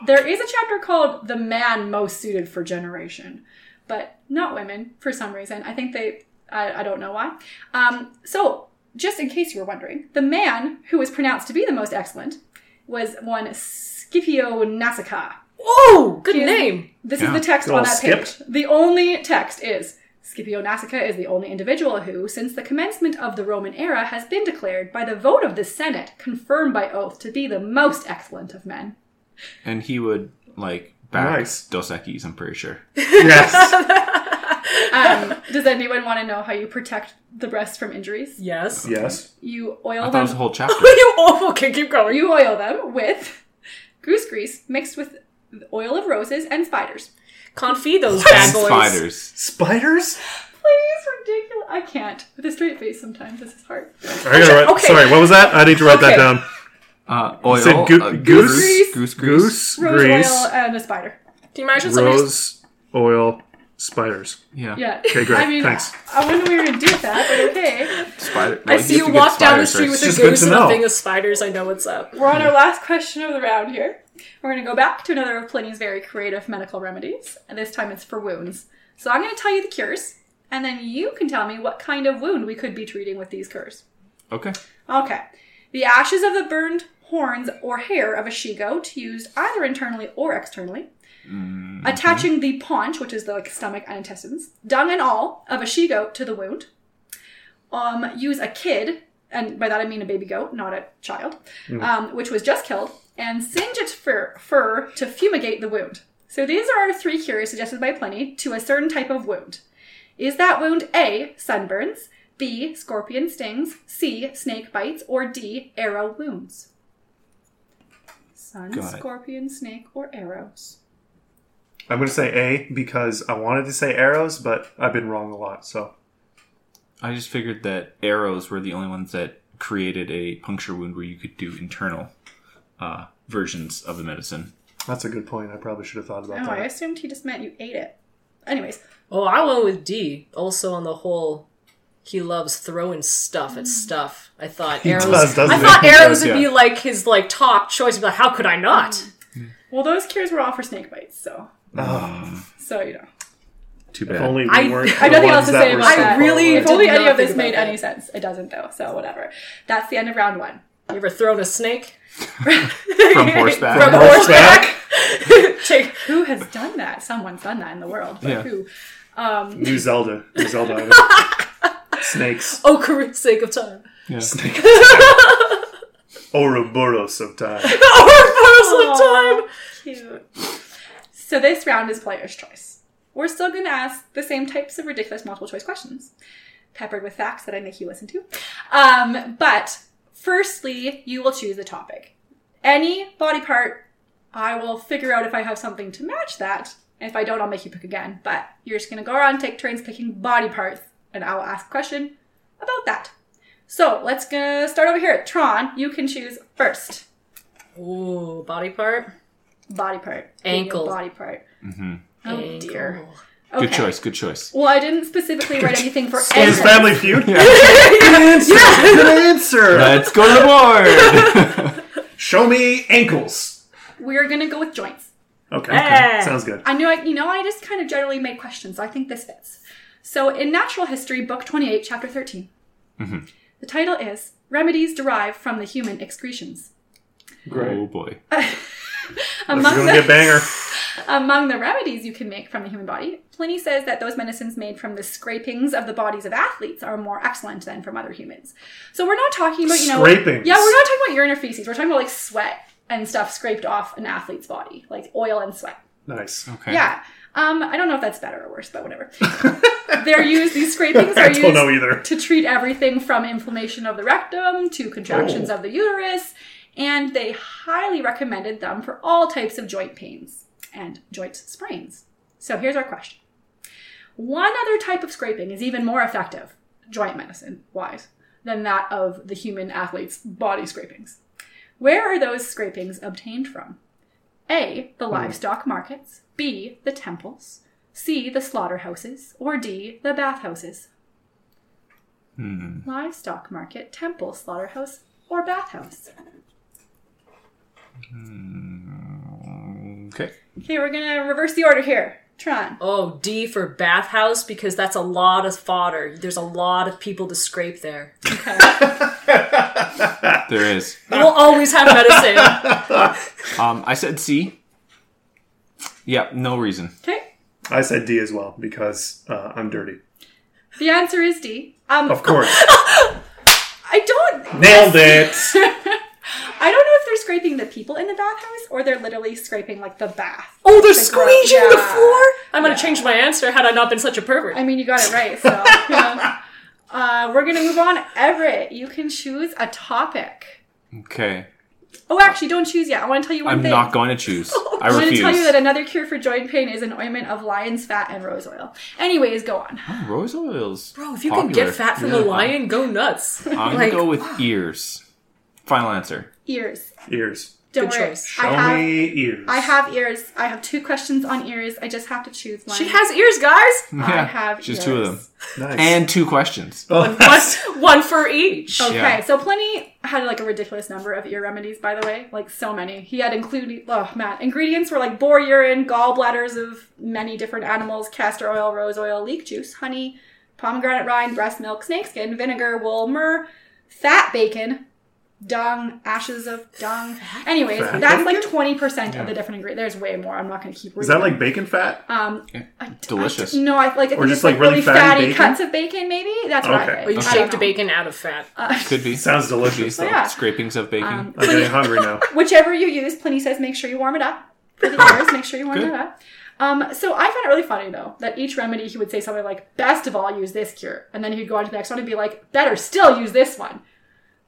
there is a chapter called "The Man Most Suited for Generation," but not women for some reason. I think they. I, I don't know why. Um, so just in case you were wondering, the man who was pronounced to be the most excellent was one Scipio Nasica. oh, good Is- name. This Yeah. is the text Good on old that Skip. page. The only text is Scipio Nasica is the only individual who, since the commencement of the Roman era, has been declared by the vote of the Senate, confirmed by oath, to be the most excellent of men. And he would like back Nice. Dos Equis, I'm pretty sure. Yes. Um, does anyone want to know how you protect the breasts from injuries? Yes. yes. You oil I thought it them. was a whole chapter. you awful. Okay, keep going. you oil them with goose grease mixed with oil of roses and spiders. Confie those bad and boys. spiders. Spiders? Please, ridiculous. I can't with a straight face. Sometimes this is hard. I gotta write, Okay. Sorry, what was that? I need to write Okay. that down. Uh, oil. said goo- uh, goose- grease, goose grease. Goose, Rose grease, oil and a spider. Can you imagine somebody? just- rose, oil, spiders. Yeah. Yeah. Okay, great. I mean, Thanks. I wouldn't we were gonna do that, but okay. Spider. I see you walk down the street with It's just a good goose to and a know. thing of spiders. I know what's up. We're on our last question of the round here. We're going to go back to another of Pliny's very creative medical remedies, and this time it's for wounds. So I'm going to tell you the cures, and then you can tell me what kind of wound we could be treating with these cures. Okay. Okay. The ashes of the burned horns or hair of a she goat, used either internally or externally. Mm-hmm. Attaching the paunch, which is the like stomach and intestines, dung and all of a she goat to the wound. Um, use a kid, and by that I mean a baby goat, not a child, Mm. um, which was just killed, and singe its fur, fur to fumigate the wound. So these are our three cures suggested by Pliny to a certain type of wound. Is that wound A, sunburns, B, scorpion stings, C, snake bites, or D, arrow wounds? Sun, Got it. scorpion, snake, or arrows. I'm going to say A because I wanted to say arrows, but I've been wrong a lot. So I just figured that arrows were the only ones that created a puncture wound where you could do internal uh, versions of the medicine. that's a good point. I probably should have thought about Oh, I that. assumed he just meant you ate it. Anyways, Oh, I went with D. Also on the whole, he loves throwing stuff at stuff. I thought arrows. does, doesn't I he? thought He arrows does, would yeah. be like his like top choice. But how could I not? well, those cures were all for snake bites, so Oh, so you know. Too if bad. only we I- weren't. I have the nothing ones else to that say were about so I that. far really away. if only any of think this about made that. any sense. It doesn't though, so whatever. That's the end of round one. You ever thrown a snake From horseback. from horseback? horseback? Take- Who has done that? Someone's done that in the world, but Yeah. who? Um, New Zelda. New Zelda. item. Snakes. oh, for the sake of time. Yeah. Snakes. Ouroboros of time. Oh, Aw, Cute. So this round is player's choice. We're still going to ask the same types of ridiculous multiple choice questions, peppered with facts that I make you listen to. Um, but firstly, you will choose the topic. Any body part, I will figure out if I have something to match that. If I don't, I'll make you pick again. But you're just going to go around, take turns picking body parts, and I will ask a question about that. So let's gonna start over here at Tron. You can choose first time. Ooh, body part. body part. Being a Ankle. Body part. Oh dear. Ankle. Okay. Good choice. Good choice. Well, I didn't specifically write anything for His ankle. family feud. Good answer. Good answer. Let's go to the board. Show me ankles. We're gonna go with joints. Okay. Hey. Sounds good. I know. I, you know, I just kind of generally made questions. So I think this fits. So, in Natural History, Book Twenty-Eight, Chapter 13 the title is "Remedies Derived from the Human Excretions." Great. Oh boy. This is Among gonna be a the, banger. among the remedies you can make from the human body, Pliny says that those medicines made from the scrapings of the bodies of athletes are more excellent than from other humans. So we're not talking about you know Scrapings. Yeah, we're not talking about urine or feces. We're talking about like sweat and stuff scraped off an athlete's body, like oil and sweat. Nice. Okay. Yeah. Um, I don't know if that's better or worse, but whatever. They're used. These scrapings I are don't know used either. to treat everything from inflammation of the rectum to contractions Oh. of the uterus, and they highly recommended them for all types of joint pains and joint sprains. So here's our question. One other type of scraping is even more effective, joint medicine wise, than that of the human athlete's body scrapings. Where are those scrapings obtained from? A. Hmm. The livestock markets. B. The temples. C. The slaughterhouses. Or D. The bathhouses. Hmm. Livestock market, temple, slaughterhouse, or bathhouse. Okay. Okay, we're gonna reverse the order here. Tron. Oh, D for bathhouse because that's a lot of fodder. There's a lot of people to scrape there. There is. We'll always have medicine. Um, I said C. Yeah, no reason. Okay. I said D as well because uh, I'm dirty. The answer is D. Um, Oh. Of course. I don't. Nailed it. I don't know if they're scraping the people in the bathhouse or they're literally scraping like the bath. Oh, they're Like, we're- squeezing the yeah. floor. I might have changed my answer had I not been such a pervert. I mean, you got it right. So you know. uh, we're gonna move on. Everett, you can choose a topic. Okay. Oh, actually, don't choose yet. I want to tell you one I'm thing. not going to choose. I I want to refuse. tell you that another cure for joint pain is an ointment of lion's fat and rose oil. Anyways, go on. Rose oils. Bro, if you can Popular. get fat from a Yeah. lion, go nuts. I'm like, gonna go with ears. Final answer. Ears. Ears. Don't Good worry. choice. I Show have, me ears. I have ears. I have two questions on ears. I just have to choose one. she has ears, guys. I Yeah, have just ears. two of them Nice. and two Oh. questions. One, one for each. Okay, Yeah. so Pliny had like a ridiculous number of ear remedies, by the way, like so many. He had included, oh man, ingredients were like boar urine, gallbladders of many different animals, castor oil, rose oil, leek juice, honey, pomegranate rind, breast milk, snakeskin, vinegar, wool, myrrh, fat bacon, dung, ashes of dung. Anyways, Fat that's like twenty percent of the different ingredients. There's way more. I'm not going to keep. Reading Is that them. like bacon fat? Um, Yeah. I- I- Delicious. no, I like. I think just, it's like, like, really really fatty fatty bacon? cuts of bacon. Maybe that's what Okay. I Or think. you I shake the don't know. bacon out of fat. Could be. Sounds Could be. delicious. So, Yeah. Scrapings of bacon. Um, I'm getting hungry now. Whichever you use, Pliny says make sure you warm it up. For the ears, make sure you warm Good. it up. Um, so I find it really funny though that each remedy he would say something like, "Best of all, use this cure," and then he'd go on to the next one and be like, "Better still, use this one."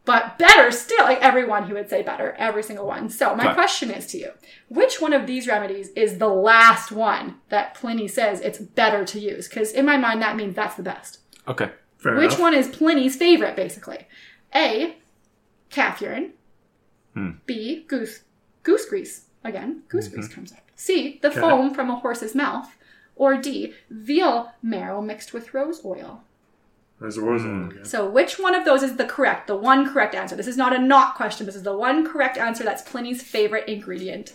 But better still, like everyone, he would say better, every single one. So my Right. question is to you: Which one of these remedies is the last one that Pliny says it's better to use? Because in my mind, that means that's the best. Okay. Fair Which enough. one is Pliny's favorite, basically? A. Calf urine. Hmm. B. Goose goose grease. Again, goose grease comes up. C. The Mm-hmm. Okay. foam from a horse's mouth. Or D. Veal marrow mixed with rose oil. There's a rose on again. So, which one of those is the correct, the one correct answer? This is not a not question. This is the one correct answer that's Pliny's favorite ingredient.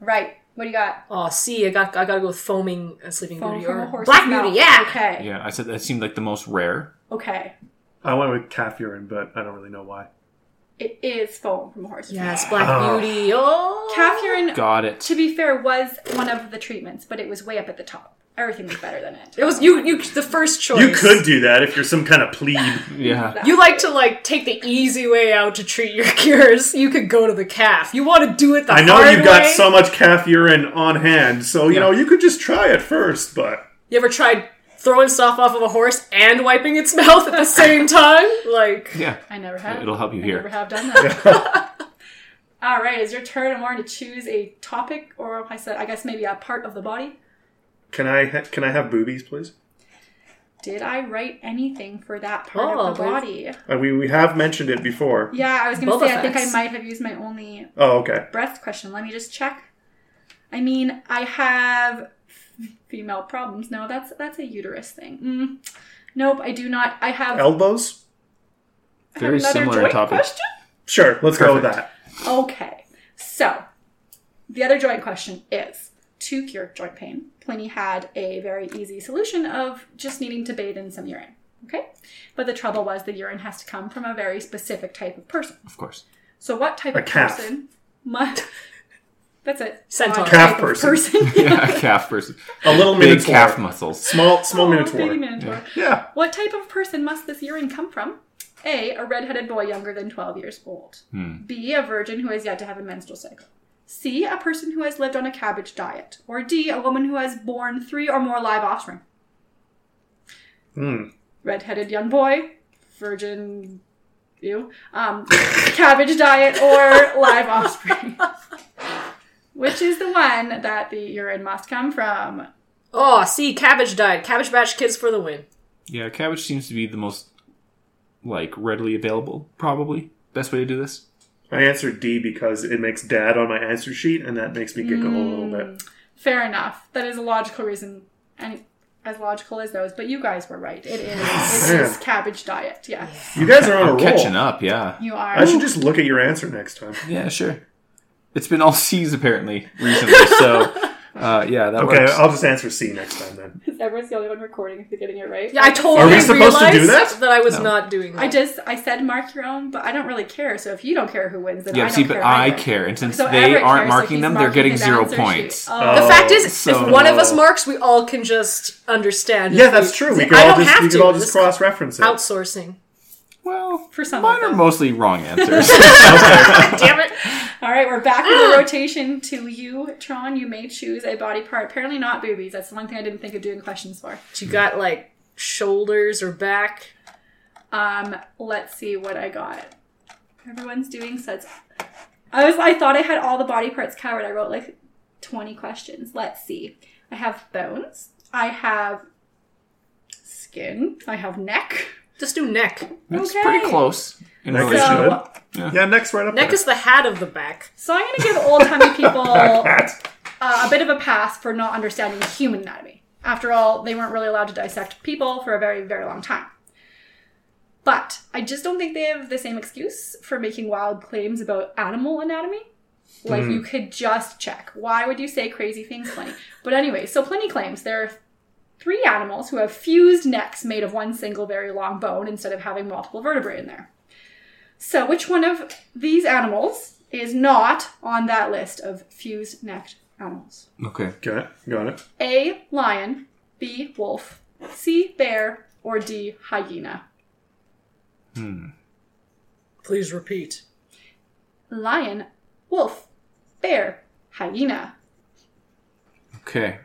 Right. What do you got? Oh, see, I got I gotta go with foaming uh, sleeping Foam beauty from a or horse's black mouth. beauty. Yeah. Okay. Yeah, I said that seemed like the most rare. Okay. I went with calf urine, but I don't really know why. It is foam from a horse's mouth. Yes, black Oh. beauty. Oh, Calf urine Got it. to be fair, was one of the treatments, but it was way up at the top. Everything was better than it. It was you. You the first choice. You could do that if you're some kind of plebe. Yeah. You like to like take the easy way out to treat your cures. You could go to the calf. You want to do it the I know hard you've got way. so much calf urine on hand, so you know you could just try it first. But You ever tried throwing stuff off of a horse and wiping its mouth at the same time? Like Yeah. I never have. It'll help you I here. Never have done that. All right, it's your turn, Amor, to choose a topic, or I said, I guess maybe a part of the body. can I ha- can I have boobies, please? Did I write anything for that part Oh, of the there's- body? I mean, Uh, we have mentioned it before. Yeah, I was gonna Boba say I think I Fett's. might have used my only Oh, okay. breast question. Let me just check. I mean, I have f- female problems. No, that's that's a uterus thing. Mm. Nope, I do not. I have Elbows? I have Very another similar in joint topic. Question? Sure. Let's go with that. Perfect. Okay. So, the other joint question is to cure joint pain, Pliny had a very easy solution of just needing to bathe in some urine. Okay? But the trouble was the urine has to come from a very specific type of person. Of course. So, what type A of calf. person must. That's it. Centaur. Odd Calf type of person. Yeah, calf person. A little Big minotaur. calf muscles. Small small Oh, Aw, minotaur. baby minotaur. Yeah. What type of person must this urine come from? A. A redheaded boy younger than 12 years old. B. A virgin who has yet to have a menstrual cycle. C. A person who has lived on a cabbage diet. Or D. A woman who has borne three or more live offspring. Hmm. Redheaded young boy, virgin, ew, um, cabbage diet, or live offspring. Which is the one that the urine must come from? oh, see, cabbage diet. Cabbage batch kids for the win. Yeah, cabbage seems to be the most like readily available, probably. Best way to do this. I answered D because it makes dad on my answer sheet, and that makes me giggle a little bit. Mm. Fair enough. That is a logical reason, and as logical as those. But you guys were right. It is. It is cabbage diet. Yes, You guys are on a I'm roll. catching up, yeah. you are. I should just look at your answer next time. Yeah, sure. It's been all C's apparently recently, so uh, yeah, that Okay, works. I'll just answer C next time then. Everyone's the only one recording if you're getting it right. Yeah, I totally Are we supposed to do realized that? I was No. not doing that. I just I said mark your own, but I don't really care. So if you don't care who wins, then I yeah, don't see, care. but I either. care, and since So they Everett aren't cares, so marking he's them, they're marking getting his zero answer sheet. points. Oh, The Oh, fact is, so- if one of us marks, we all can just understand. Yeah, If that's we- true. We See, could I all don't just have we could to. all just This- cross reference it. outsourcing. Well, For some of mine are them. mostly wrong answers. Damn it! All right, we're back in the rotation to you, Tron. You may choose a body part. Apparently not boobies. That's the one thing I didn't think of doing questions for. You got like shoulders or back. Um, let's see what I got. Everyone's doing sets. I was I thought I had all the body parts covered. I wrote like 20 questions. Let's see. I have bones. I have skin. I have neck. Just do neck. That's Okay. pretty close in Next relation. So- is good. Yeah, next right up. Neck there. is the hat of the back. So I'm going to give old timey people uh, Cat. a bit of a pass for not understanding human anatomy. After all, they weren't really allowed to dissect people for a very, very long time. But I just don't think they have the same excuse for making wild claims about animal anatomy. Like, you could just check. Why would you say crazy things, Pliny? But anyway, so Pliny claims there are three animals who have fused necks made of one single very long bone instead of having multiple vertebrae in there. So, which one of these animals is not on that list of fused necked animals? Okay. Got it. Got it. A. Lion. B. Wolf. C. Bear. Or D. Hyena. Please repeat. Lion. Wolf. Bear. Hyena. Okay.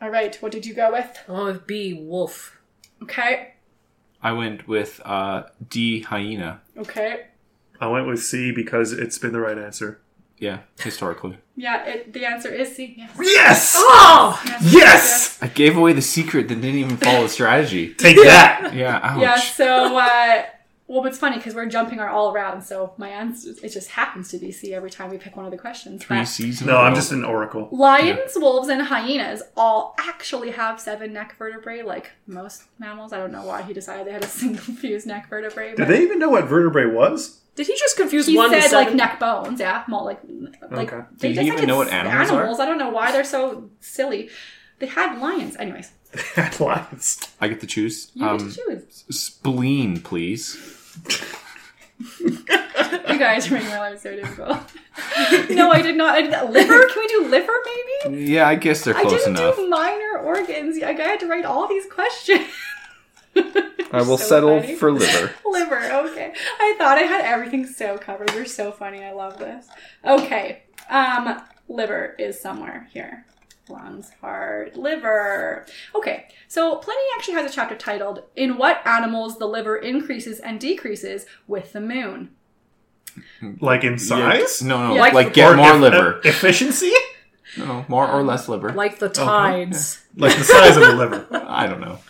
All right, what did you go with? Oh, it'd be wolf. Okay. I went with uh, D hyena. Okay. I went with C because it's been the right answer. Yeah, historically. Yeah, it, the answer is C. Yes. Yes! Oh, Yes! I gave away the secret that didn't even follow the strategy. Take that! Yeah, ouch. Yeah, so, uh, well, it's funny because we're jumping our all around, so my answer, it just happens to be C every time we pick one of the questions. Three but- C's in a No, I'm row. just an oracle. Lions, wolves, and hyenas all actually have seven neck vertebrae, like most mammals. I don't know why he decided they had a single fused neck vertebrae. Did they even know what vertebrae was? did he just confuse He one said with like seven? neck bones, yeah, more like like Okay. they Did just he even like know what it's animals are? I don't know why they're so silly. They had lions, anyways. That lions. I get to choose. You um, get to choose. Spleen, please. You guys are making my life so difficult. no, I did not. I did that. Liver? Can we do liver? Maybe Yeah, I guess they're I close didn't enough. do minor organs. I had to write all these questions. I will so settle funny. for liver. Liver, okay. I thought I had everything so covered. You're so funny. I love this. Okay. Um, liver is somewhere here. Lungs, heart, liver. Okay. So Pliny actually has a chapter titled In What Animals the Liver Increases and Decreases with the Moon. Like in size? Yeah. No, no, Yeah. like, Like- get Or more eff- liver. e- efficiency? No, more or less liver. Like Uh-huh. the tides. Like the size of a liver. I don't know.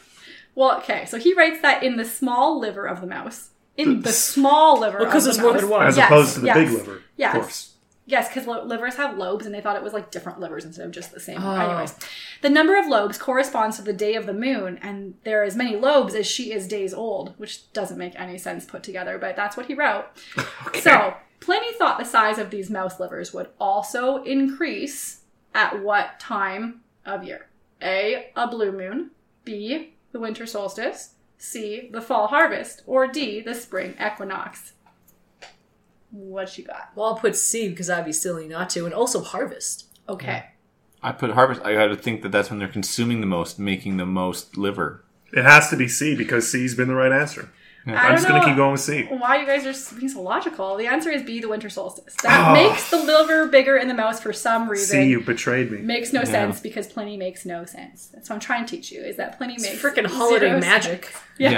Well, okay. So he writes that in the small liver of the mouse. In the small liver Because of there's the more mouse. than one. As Yes, opposed to the big yes, liver. yes. Of course. Yes, because lo- livers have lobes, and they thought it was like different livers instead of just the same. Oh. Anyways, the number of lobes corresponds to the day of the moon, and there are as many lobes as she is days old, which doesn't make any sense put together, but that's what he wrote. So Pliny thought the size of these mouse livers would also increase at what time of year? A. A blue moon. B. The winter solstice. C. The fall harvest. Or D. The spring equinox. What you got? Well, I'll put C because I'd be silly not to, and also harvest. Okay. I put harvest. I got to think that that's when they're consuming the most, making the most liver. It has to be C because C's been the right answer. I I'm don't just going know to keep going with C. Why you guys are s- being so logical? The answer is B, the winter solstice. That Oh. makes the liver bigger in the mouse for some reason. C, you betrayed me. Makes no sense because Pliny makes no sense. That's what I'm trying to teach you. Is that Pliny makes zero Freaking holiday sense. magic. Yes.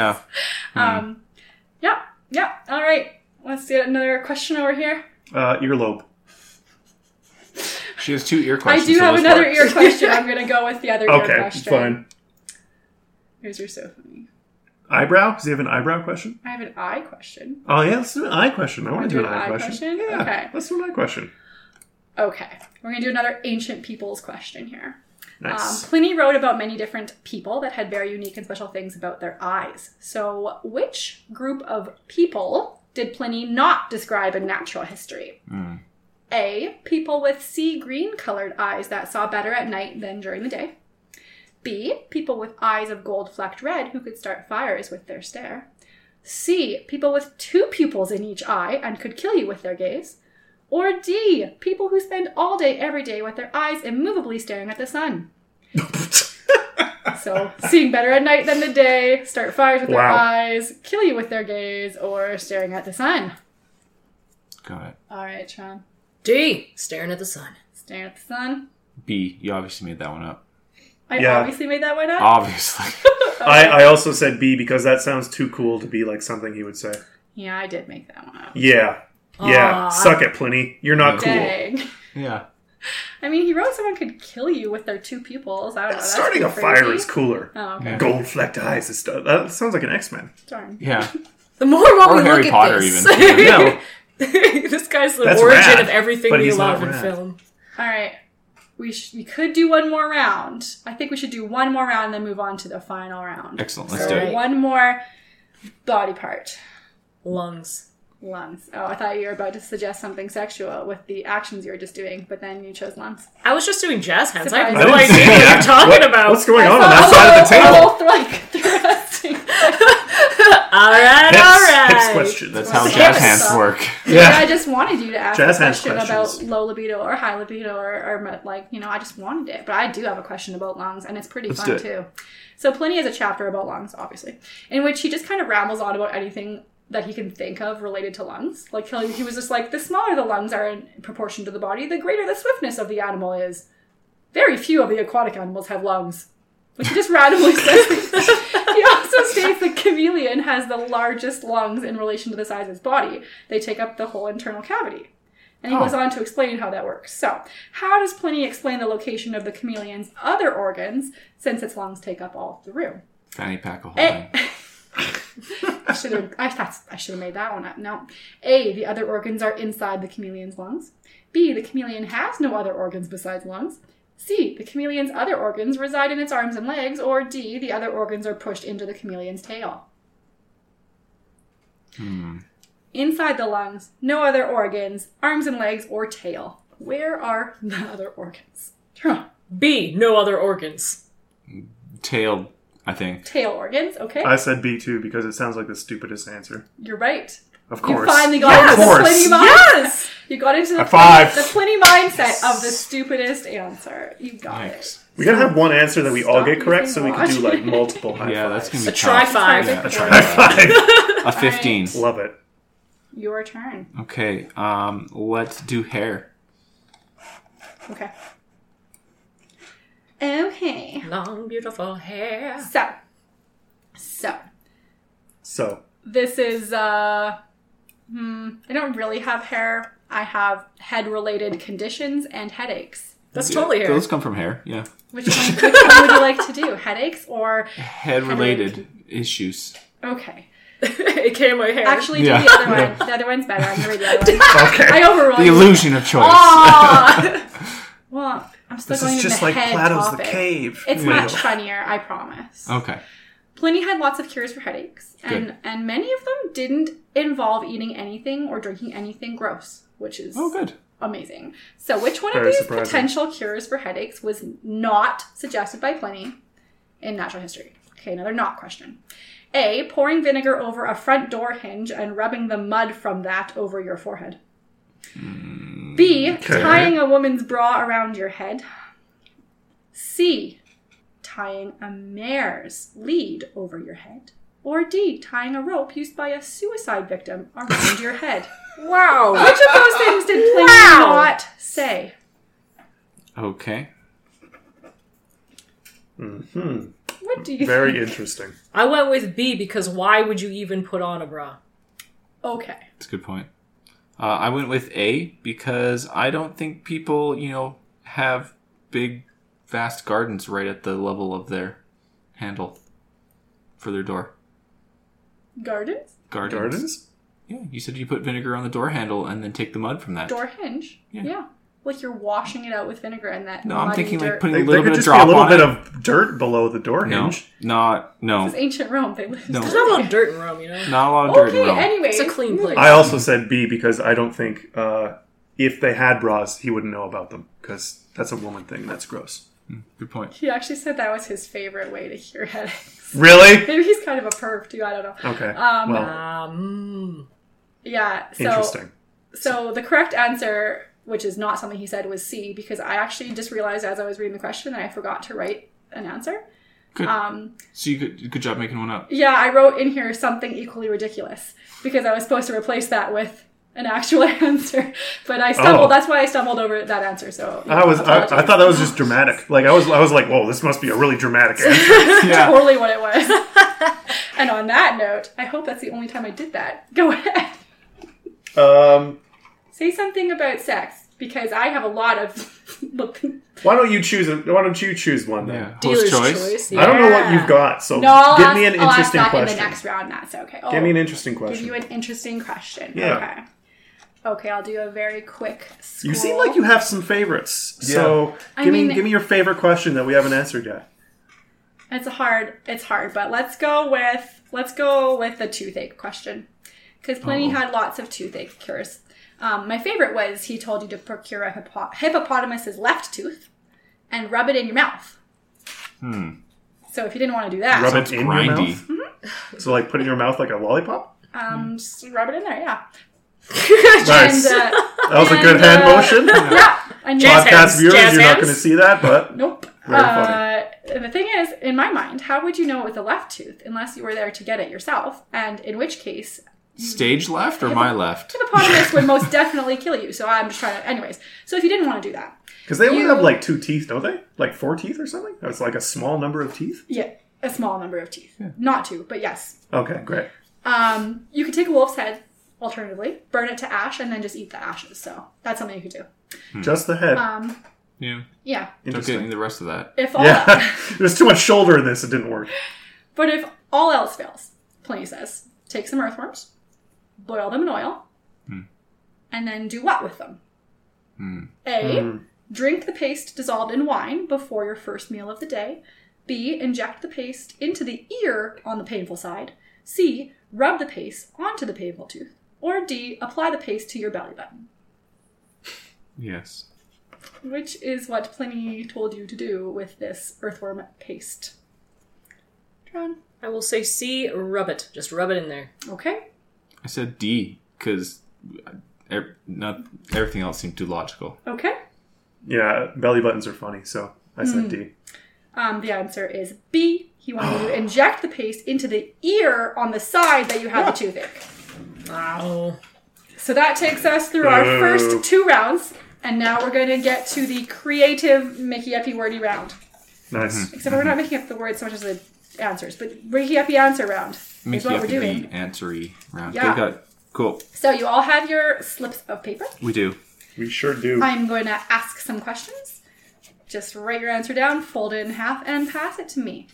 Yeah. Hmm. Um. Yeah. Yeah. All right. Let's get another question over here. Uh, earlobe. She has two ear questions. I do so have those another work. ear question. I'm gonna go with the other ear Okay, question. fine. Here's your so funny. Eyebrow? Does he have an eyebrow question? I have an eye question. Oh, yeah, let's do an eye question. I want to do an eye, question. Yeah, Okay. Let's do an eye question. Okay. We're gonna do another ancient peoples question here. Nice. Um, Pliny wrote about many different people that had very unique and special things about their eyes. So, which group of people did Pliny not describe in natural history? A. People with sea green colored eyes that saw better at night than during the day. B. People with eyes of gold flecked red who could start fires with their stare. C. People with two pupils in each eye and could kill you with their gaze. Or D. People who spend all day every day with their eyes immovably staring at the sun. So, seeing better at night than the day, start fires with their Wow. eyes, kill you with their gaze, or staring at the sun. Got it. All right, Sean. D, staring at the sun. Staring at the sun. B. You obviously made that one up. I Yeah. obviously made that one up. Obviously. I, I also said B because that sounds too cool to be like something he would say. yeah, I did make that one up. Yeah. Yeah. Aw. Suck it, Pliny. You're not cool. Dang. yeah. I mean, he wrote someone could kill you with their two pupils. I don't know. Oh, That's Starting a pretty fire crazy. is cooler. Oh, okay. Yeah. Gold flecked eyes is stuff. That sounds like an X Men. Darn. Yeah. The more while Or we Harry look Potter at this, even. No. this guy's the That's origin rad, of everything but we he's not love in rad. film. All right. We, sh- we could do one more round. I think we should do one more round and then move on to the final round. Excellent. Let's So do it. Alright. One more body part. Lungs. Lungs. Oh, I thought you were about to suggest something sexual with the actions you were just doing, but then you chose lungs. I was just doing jazz hands. I have Surprise. no I didn't idea see what that. you're talking What- about. What's going on on Oh, I that thought side of the a table? little, like thrusting. all Oh, right, all right. Hips, hips question. That's how Yes. jazz hands work. Yeah. I Yeah. just wanted you to ask Jazz a hands question about questions. low libido or high libido or, or like, you know, I just wanted it. But I do have a question about lungs and it's pretty Let's fun do it. too. So Pliny has a chapter about lungs, obviously, in which he just kind of rambles on about anything that he can think of related to lungs. Like he he was just like, the smaller the lungs are in proportion to the body, the greater the swiftness of the animal is. Very few of the aquatic animals have lungs. Like he just randomly says. things. he also also states that chameleon has the largest lungs in relation to the size of its body. They take up the whole internal cavity. And he Oh. goes on to explain how that works. So, how does Pliny explain the location of the chameleon's other organs since its lungs take up all of the room? Fanny pack a whole Eh. thing. I should have. I thought I should have made that one up. No. A. The other organs are inside the chameleon's lungs. B. The chameleon has no other organs besides lungs. C. The chameleon's other organs reside in its arms and legs. Or D. The other organs are pushed into the chameleon's tail. Hmm. Inside the lungs, no other organs, arms and legs, or tail. Where are the other organs? Huh. B. No other organs. Tail, I think. Tail organs. Okay, I said B two because it sounds like the stupidest answer. you're right. Of You course. finally got Yes. into the Of Pliny course. mind. Yes. You got into the High five. Pliny, the Pliny mindset of the stupidest answer. You got Thanks. we gotta have one answer that we all Stop get correct, so we can do using like multiple high Yeah, that's fives. gonna be A try tough. five. Yeah, a try High five. High five. A fifteen. Love it. it. Your turn. Okay. Um. Let's do hair. Okay. Okay. Long, beautiful hair. So, so So this is uh, hmm, I don't really have hair. I have head-related conditions and headaches. That's totally hair. Those come from hair. Yeah. Which one, which one would you like to do? Headaches or Head related issues. okay? it came my hair. Actually, do Yeah. the other one. The other one's better. I'm gonna read the other one. okay. I overruled The you. illusion of choice. Ah! Well, I'm still This going is to just the like head Plato's topic. the cave. It's Yeah. Oh. much funnier, I promise. Okay. Pliny had lots of cures for headaches, and Good. and many of them didn't involve eating anything or drinking anything gross, which is Oh, good. amazing. So, which one Very of these surprising. potential cures for headaches was not suggested by Pliny in natural history? Okay, another not question. A. Pouring vinegar over a front door hinge and rubbing the mud from that over your forehead. B. Mm, Okay. Tying a woman's bra around your head. C. Tying a mare's lead over your head. Or D. Tying a rope used by a suicide victim around your head. wow. Which of those things did Pliny Wow. not say? Okay. Mhm. What do you Very think? interesting. I went with B because why would you even put on a bra? Okay. That's a good point. Uh, I went with A because I don't think people, you know, have big, vast gardens right at the level of their handle for their door. Gardens? Gardens. Gardens? Yeah, you said you put vinegar on the door handle and then take the mud from that. Door hinge? Yeah. Like you're washing it out with vinegar and that. no, I'm muddy thinking like dirt. putting There a there little could bit of just be a drop little on bit it. of dirt below the door no, hinge. not no, It's ancient Rome. They lived. No. There's not a lot of dirt in Rome, you know? not a lot of dirt. in Okay, Hmm. Rome. anyway. It's a clean place. I also said B because I don't think uh, if they had bras, he wouldn't know about them because that's a woman thing. That's gross. Good point. He actually said that was his favorite way to cure headaches. Really? Maybe he's kind of a perv too. I don't know. Okay. Um, well, Um, Yeah. So, interesting. So the correct answer, which is not something he said, was C because I actually just realized as I was reading the question that I forgot to write an answer. Good. Um, So you good, good job making one up. Yeah, I wrote in here something equally ridiculous because I was supposed to replace that with an actual answer, but I stumbled. Oh. That's why I stumbled over that answer. So yeah, I was I, apologies. I thought that was just dramatic. Like I was I was like, whoa, this must be a really dramatic answer. yeah. totally what it was. and on that note, I hope that's the only time I did that. Go ahead, um, say something about sex because I have a lot of. why don't you choose? A, why don't you choose one then? Yeah. dealer's Host choice. choice. yeah. I don't know what you've got, so no, I'll give ask, me an I'll ask interesting that question. in the next round. That's okay. Oh, Give me an interesting give you question. an interesting question. Yeah. Okay. Okay, I'll do a very quick. Scroll. You seem like you have some favorites, so I give me mean- give me your favorite question that we haven't answered yet. It's a hard. It's hard, but let's go with let's go with the toothache question, because Pliny Oh. had lots of toothache cures. Um, my favorite was he told you to procure a hippo- hippopotamus's left tooth and rub it in your mouth. Hmm. So if you didn't want to do that, Rub Sounds it in your grindy. mouth. So like put it in your mouth like a lollipop. um, just rub it in there. Yeah. Nice. And, uh, that was a good and, hand uh, motion. yeah. And Jazz just, hands. Podcast viewers, jazz you're not hands. going to see that, but nope. Very Uh, the thing is, in my mind, how would you know it was a left tooth unless you were there to get it yourself? And in which case, Stage left or my left? hippopotamus would most definitely kill you. So I'm just trying to. Anyways, so if you didn't want to do that, because they only You- have like two teeth, don't they? Like four teeth or something. That's like a small number of teeth. yeah, a small number of teeth. Not two, but yes. Okay, great. Um, you could take a wolf's head, alternatively, burn it to ash, and then just eat the ashes. So that's something you could do. Just the head. Um, Yeah. yeah. Don't Interesting. get the rest of that. If all Yeah, there's too much shoulder in this. It didn't work. But if all else fails, Pliny says, take some earthworms, boil them in oil, and then do what with them? A. Drink the paste dissolved in wine before your first meal of the day. B. Inject the paste into the ear on the painful side. C. Rub the paste onto the painful tooth. Or D. Apply the paste to your belly button, Yes. which is what Pliny told you to do with this earthworm paste. John. I will say C, rub it. Just rub it in there. Okay. I said D because er, not everything else seemed too logical. Okay. Yeah, belly buttons are funny, so I said Hmm. D. Um, the answer is B. He wanted you to inject the paste into the ear on the side that you had the toothache. Wow. So that takes us through our Boo. first two rounds, and now we're going to get to the creative Mickey Uppy wordy round. Nice. Except we're not making up the words so much as the answers, but Mickey Uppy answer round is Mickey what up we're the doing. answery round. Yeah. Yeah. Got, cool. So you all have your slips of paper. We do. We sure do. I'm going to ask some questions. Just write your answer down, fold it in half, and pass it to me.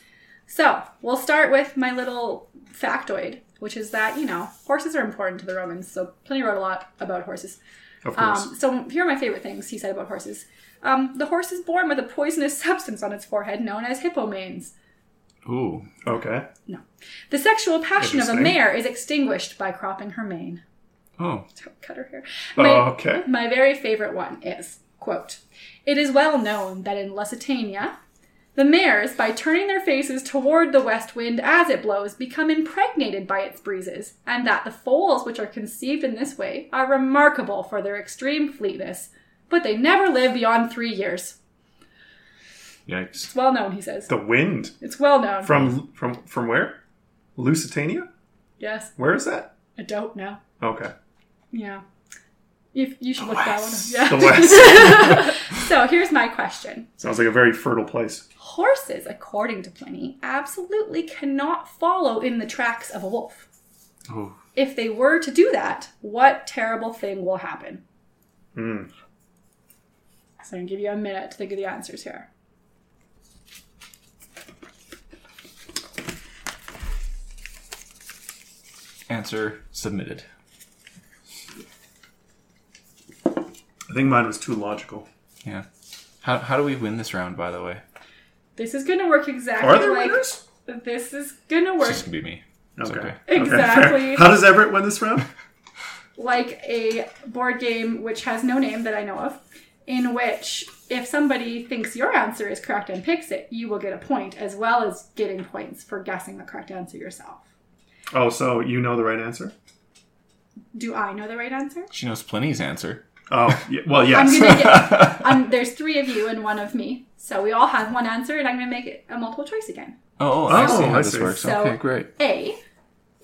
So we'll start with my little factoid, which is that, you know, horses are important to the Romans, so Pliny wrote a lot about horses. Of course. Um, so here are my favorite things he said about horses. Um, the horse is born with a poisonous substance on its forehead known as hippomanes. Ooh. okay. No. The sexual passion of a Interesting. mare is extinguished by cropping her mane. Oh. Don't cut her hair. My- Oh, Okay. my very favorite one is quote it is well known that in lusitania the mares by turning their faces toward the west wind as it blows become impregnated by its breezes and that the foals which are conceived in this way are remarkable for their extreme fleetness but they never live beyond three years Yikes. it's well known he says The wind it's well known from from from where? Lusitania? yes Where is that? i don't know Okay. yeah if you should look that one up West. yeah The west. so here's my question Sounds like a very fertile place. Horses, according to Pliny, absolutely cannot follow in the tracks of a wolf. Oh. If they were to do that, what terrible thing will happen? Mm. So I'm gonna give you a minute to think of the answers here. Answer submitted. I think mine was too logical. Yeah. How, how do we win this round, by the way? This is gonna work exactly Are there like winners? this is gonna It's work just gonna be me. It's Okay. okay. Okay, fair. Exactly. How does Everett win this round? like a board game which has no name that I know of, in which if somebody thinks your answer is correct and picks it, you will get a point as well as getting points for guessing the correct answer yourself. Oh, so you know the right answer? Do I know the right answer? She knows Pliny's answer. Oh, y- well, yes. I'm gonna get. Um, there's three of you and one of me, so we all have one answer, and I'm gonna make it a multiple choice again. Oh, I Oh, see how I this see. works. So- okay, great. A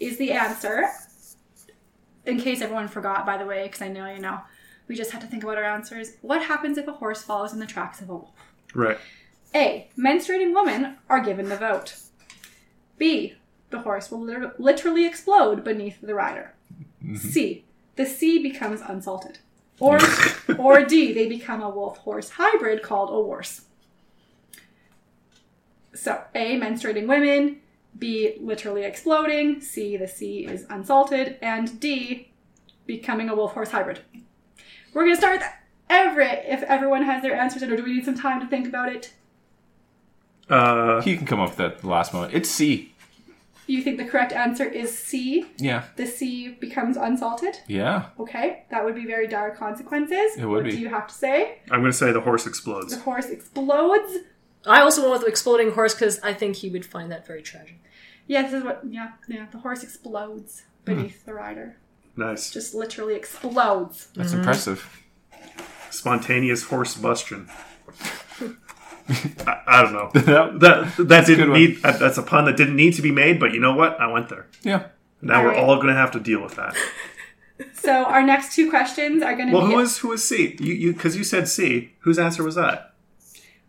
is the answer. In case everyone forgot, by the way, because I know you know, we just have to think about our answers. What happens if a horse follows in the tracks of a wolf? right. A. Menstruating women are given the vote. B. The horse will lit- literally explode beneath the rider. C. The sea becomes unsalted. Or, or D. They become a wolf horse hybrid called a worse. So, A. Menstruating women. B. Literally exploding. C. The sea is unsalted. And D. Becoming a wolf horse hybrid. We're going to start with Everett if everyone has their answers in, or do we need some time to think about it? Uh, You can come up with that at the last moment. It's C. You think the correct answer is C. Yeah. The C becomes unsalted. Yeah. Okay, that would be very dire consequences. It would what be. do you have to say? I'm going to say the horse The explodes. horse explodes. I also went with exploding horse because I think he would find that very tragic. Yeah, this is what. Yeah, yeah. The horse explodes beneath the rider. Nice. Just literally explodes. That's impressive. Spontaneous horse bustion. I, I don't know. That- That that didn't one. need. That, that's a pun that didn't need to be made. But you know what? I went there. Yeah. Now we're Alright. all going to have to deal with that. So our next two questions are going to Well, be. who was who was C? You you because you said C. Whose answer was that?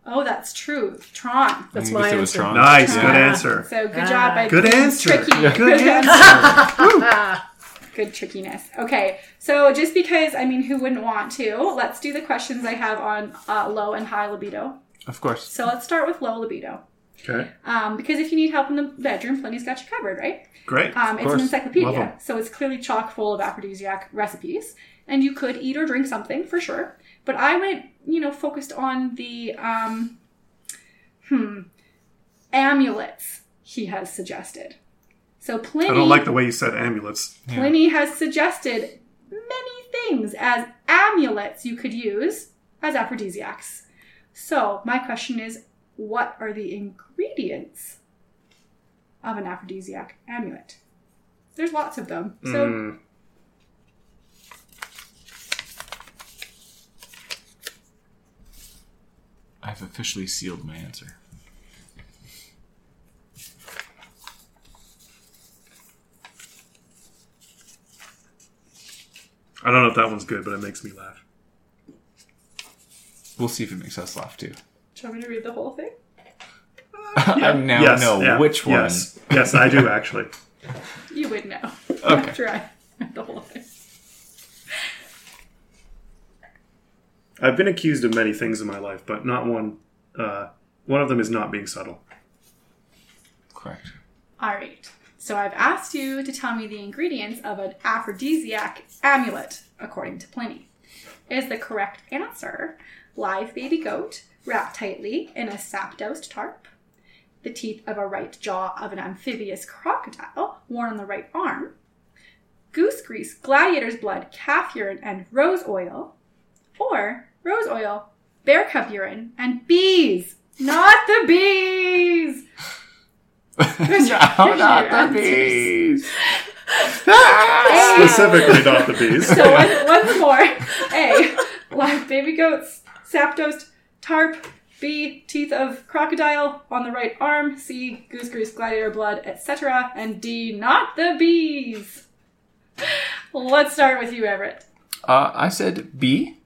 Oh, that's true. Tron. That's I guess my it was answer. Tron. Nice, Yeah. good answer. So good Ah. job by Good being answer. Tricky. Good answer. good trickiness. Okay, so just because I mean, who wouldn't want to? Let's do the questions I have on uh, low and high libido. Of course. So let's start with low libido. Okay, Um, because if you need help in the bedroom, Plenty's got you covered, right? great. Um, it's an course. Love encyclopedia, 'em. so it's clearly chock full of aphrodisiac recipes, and you could eat or drink something for sure. But I went, you know, focused on the um, hmm, amulets he has suggested. So Pliny, I don't like the way you said amulets. Yeah. Pliny has suggested many things as amulets you could use as aphrodisiacs. So my question is, what are the ingredients of an aphrodisiac amulet? There's lots of them. So Mm. I've officially sealed my answer. I don't know if that one's good, but it makes me laugh. We'll see if it makes us laugh too. do you want me to read the whole thing? I now Yes, know yeah, which one. Yes, yes, I do actually. You would know Okay. after I read the whole thing. I've been accused of many things in my life, but not one. Uh, one of them is not being subtle. Correct. All right. So I've asked you to tell me the ingredients of an aphrodisiac amulet, according to Pliny. Is the correct answer live baby goat wrapped tightly in a sap doused tarp, the teeth of a right jaw of an amphibious crocodile worn on the right arm, goose grease, gladiator's blood, calf urine, and rose oil, or rose oil, bear cub urine, and bees? Not the bees! Shout your out the bees. Specifically, not the bees. So once, once more, A, live baby goats, sap toast, tarp, B, teeth of crocodile on the right arm, C, goose grease, gladiator blood, etc., and D, not the bees. Let's start with you, Everett. Uh, I said B.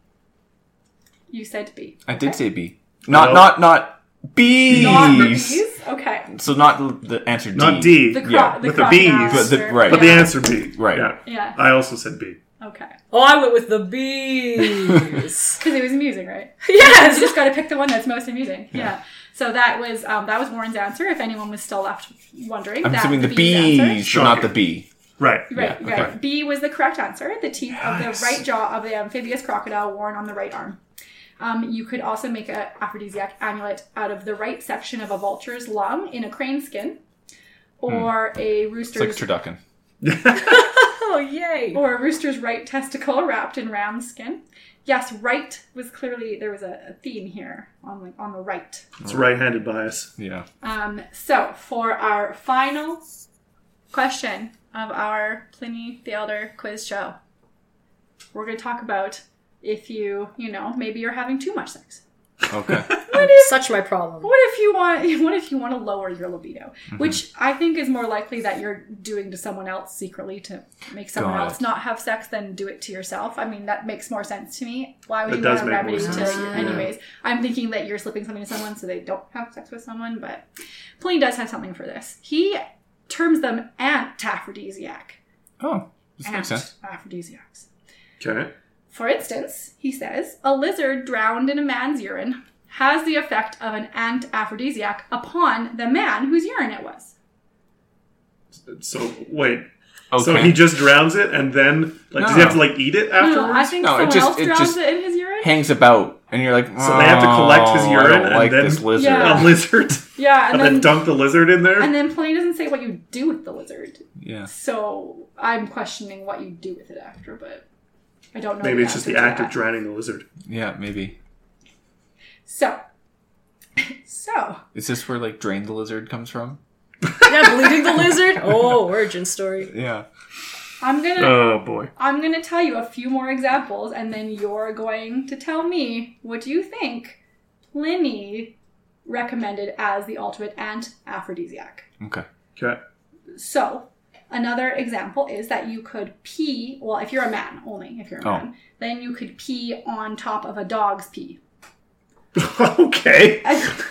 You said B. I did say B. Not No. not not bees. Not the bees? Okay. So not the the answer D. not D, The, cro- Yeah, the with the crocodile But bees. the- or- right. but the yeah. answer B. Right. Yeah. Yeah, I also said B. okay. Oh, I went with the bees. Because it was amusing, right? you yes. just got to pick the one that's most amusing. Yeah. So that was um, that was Warren's answer. If anyone was still left wondering, I'm that's assuming the B's answer. bees, so not the Shocking. B. Right. Right, Yeah, right. B was the correct answer. The teeth of Yes. the right jaw of the amphibious crocodile worn on the right arm. Um, you could also make an aphrodisiac amulet out of the right section of a vulture's lung in a crane skin, or a Hmm. It's like rooster's turducken. Oh, yay. or a rooster's right testicle wrapped in ram skin. Yes, right was clearly there was a, a theme here on like on the right. It's right-handed bias. Yeah. Um, so for our final question of our Pliny the Elder quiz show, we're going to talk about if you, you know, maybe you're having too much sex. Okay. Such my problem. What if you want? What if you want to lower your libido, which I think is more likely that you're doing to someone else secretly to make someone Got else it. not have sex than do it to yourself. I mean, that makes more sense to me. Why would That you does want to make remedy more to? sense, yeah. Anyways, I'm thinking that you're slipping something to someone so they don't have sex with someone. But Pliny does have something for this. He terms them antaphrodisiac. Oh, this makes sense. Aphrodisiacs. Okay. For instance, he says, a lizard drowned in a man's urine has the effect of an antaphrodisiac upon the man whose urine it was. So wait. Okay. So he just drowns it, and then like does he No. have to like eat it No, afterwards? no, I think No, it someone just- else it drowns just- it in his urine. hangs about, and you're like, So they have to collect his "Oh, I urine don't and like then- this lizard. Yeah. A lizard, yeah, and and, then, then dump the lizard in there. and then Pliny doesn't say what you do with the lizard. Yeah. So I'm questioning what you do with it after, but I don't know. Maybe it's just answer the to act that. of drowning the lizard. Yeah, maybe. So, so Is this where like drain the lizard comes from? Yeah, bleeding the lizard. Oh, origin story. Yeah. I'm gonna Oh boy. I'm going to tell you a few more examples, and then you're going to tell me what you think Pliny recommended as the ultimate ant aphrodisiac. Okay. Okay. So, another example is that you could pee, well, if you're a man only, if you're a Oh. man, then you could pee on top of a dog's pee. okay. And,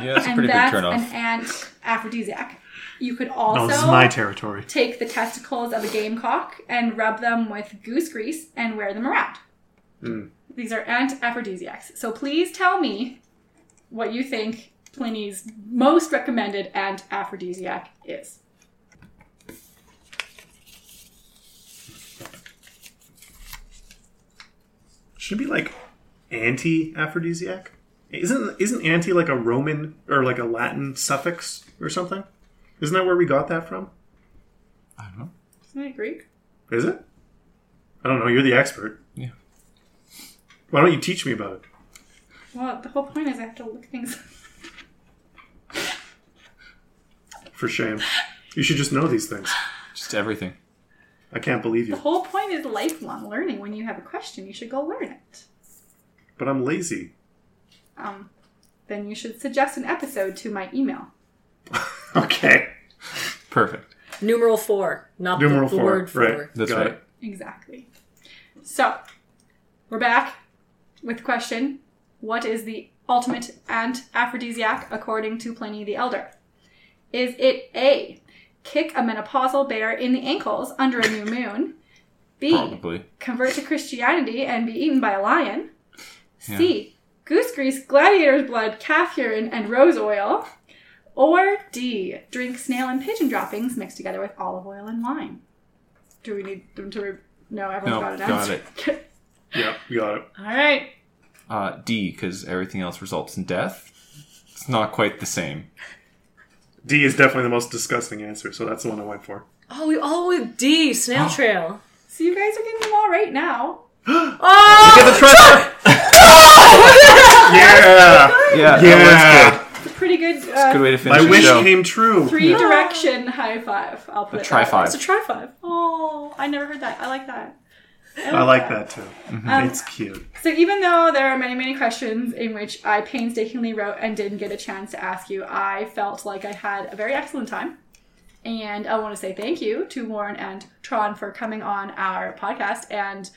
Yeah, that's a and pretty big that's turnoff. an ant aphrodisiac. You could No, also Oh, this is my territory. take the testicles of a gamecock and rub them with goose grease and wear them around. These are ant aphrodisiacs. So please tell me what you think Pliny's most recommended ant aphrodisiac is. Should be like anti-aphrodisiac. Isn't isn't anti like a Roman or like a Latin suffix or something? Isn't that where we got that from? I don't know. Isn't it Greek? Is it? I don't know. You're the expert. Yeah. Why don't you teach me about it? Well, the whole point is I have to look things up. For shame. You should just know these things. Just everything. I can't believe The you. whole point is lifelong learning. When you have a question, you should go learn it. But I'm lazy. Um, then you should suggest an episode to my email. Okay. Perfect. Numeral four, not the, Numeral the four. word four. right. That's Got right. it. Exactly. So, we're back with question What is the ultimate ant aphrodisiac according to Pliny the Elder? Is it A, kick a menopausal bear in the ankles under a new moon? B, Probably. convert to Christianity and be eaten by a lion? C, goose grease, gladiator's blood, calf urine, and rose oil? Or D, drink snail and pigeon droppings mixed together with olive oil and wine? Do we need them to. Re- no, No, everyone's got an got answer. it. Yeah, got it. All right. Uh, D, because everything else results in death. It's not quite the same. D is definitely the most disgusting answer, so that's the one I went for. Oh, we all with D, Oh. snail trail. So you guys are getting them all right now. Oh, Get the treasure! yeah! Yeah, Yeah! It's a pretty good, uh, Good way to finish My the wish show. came true. three direction high five. I'll put A it that way. tri-five. It's a tri five. Oh, I never heard that. I like that. I like that too. Um, It's cute. So even though there are many, many questions in which I painstakingly wrote and didn't get a chance to ask you, I felt like I had a very excellent time. And I want to say thank you to Warren and Tron for coming on our podcast and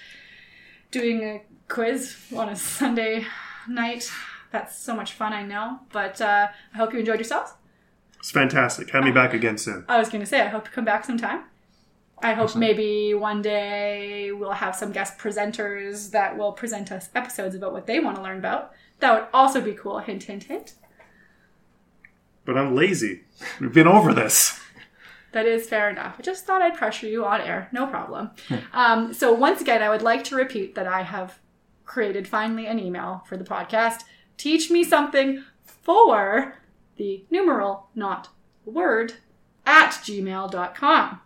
doing a quiz on a Sunday night. That's so much fun, I know. But uh, I hope you enjoyed yourselves. It's fantastic. Have me back again soon. I was going to say, I hope you come back sometime. I hope maybe one day we'll have some guest presenters that will present us episodes about what they want to learn about. That would also be cool. Hint, hint, hint. But I'm lazy. We've been over this. That is fair enough. I just thought I'd pressure you on air. No problem. um, so, once again, I would like to repeat that I have created finally an email for the podcast. Teach me something for the numeral, not word, at gmail.com.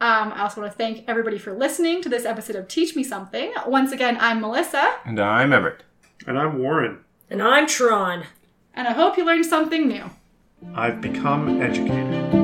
Um, I also want to thank everybody for listening to this episode of Teach Me Something. Once again, I'm Melissa, And I'm Everett. And I'm Warren. and I'm Tron. and I hope you learned something new. I've become educated.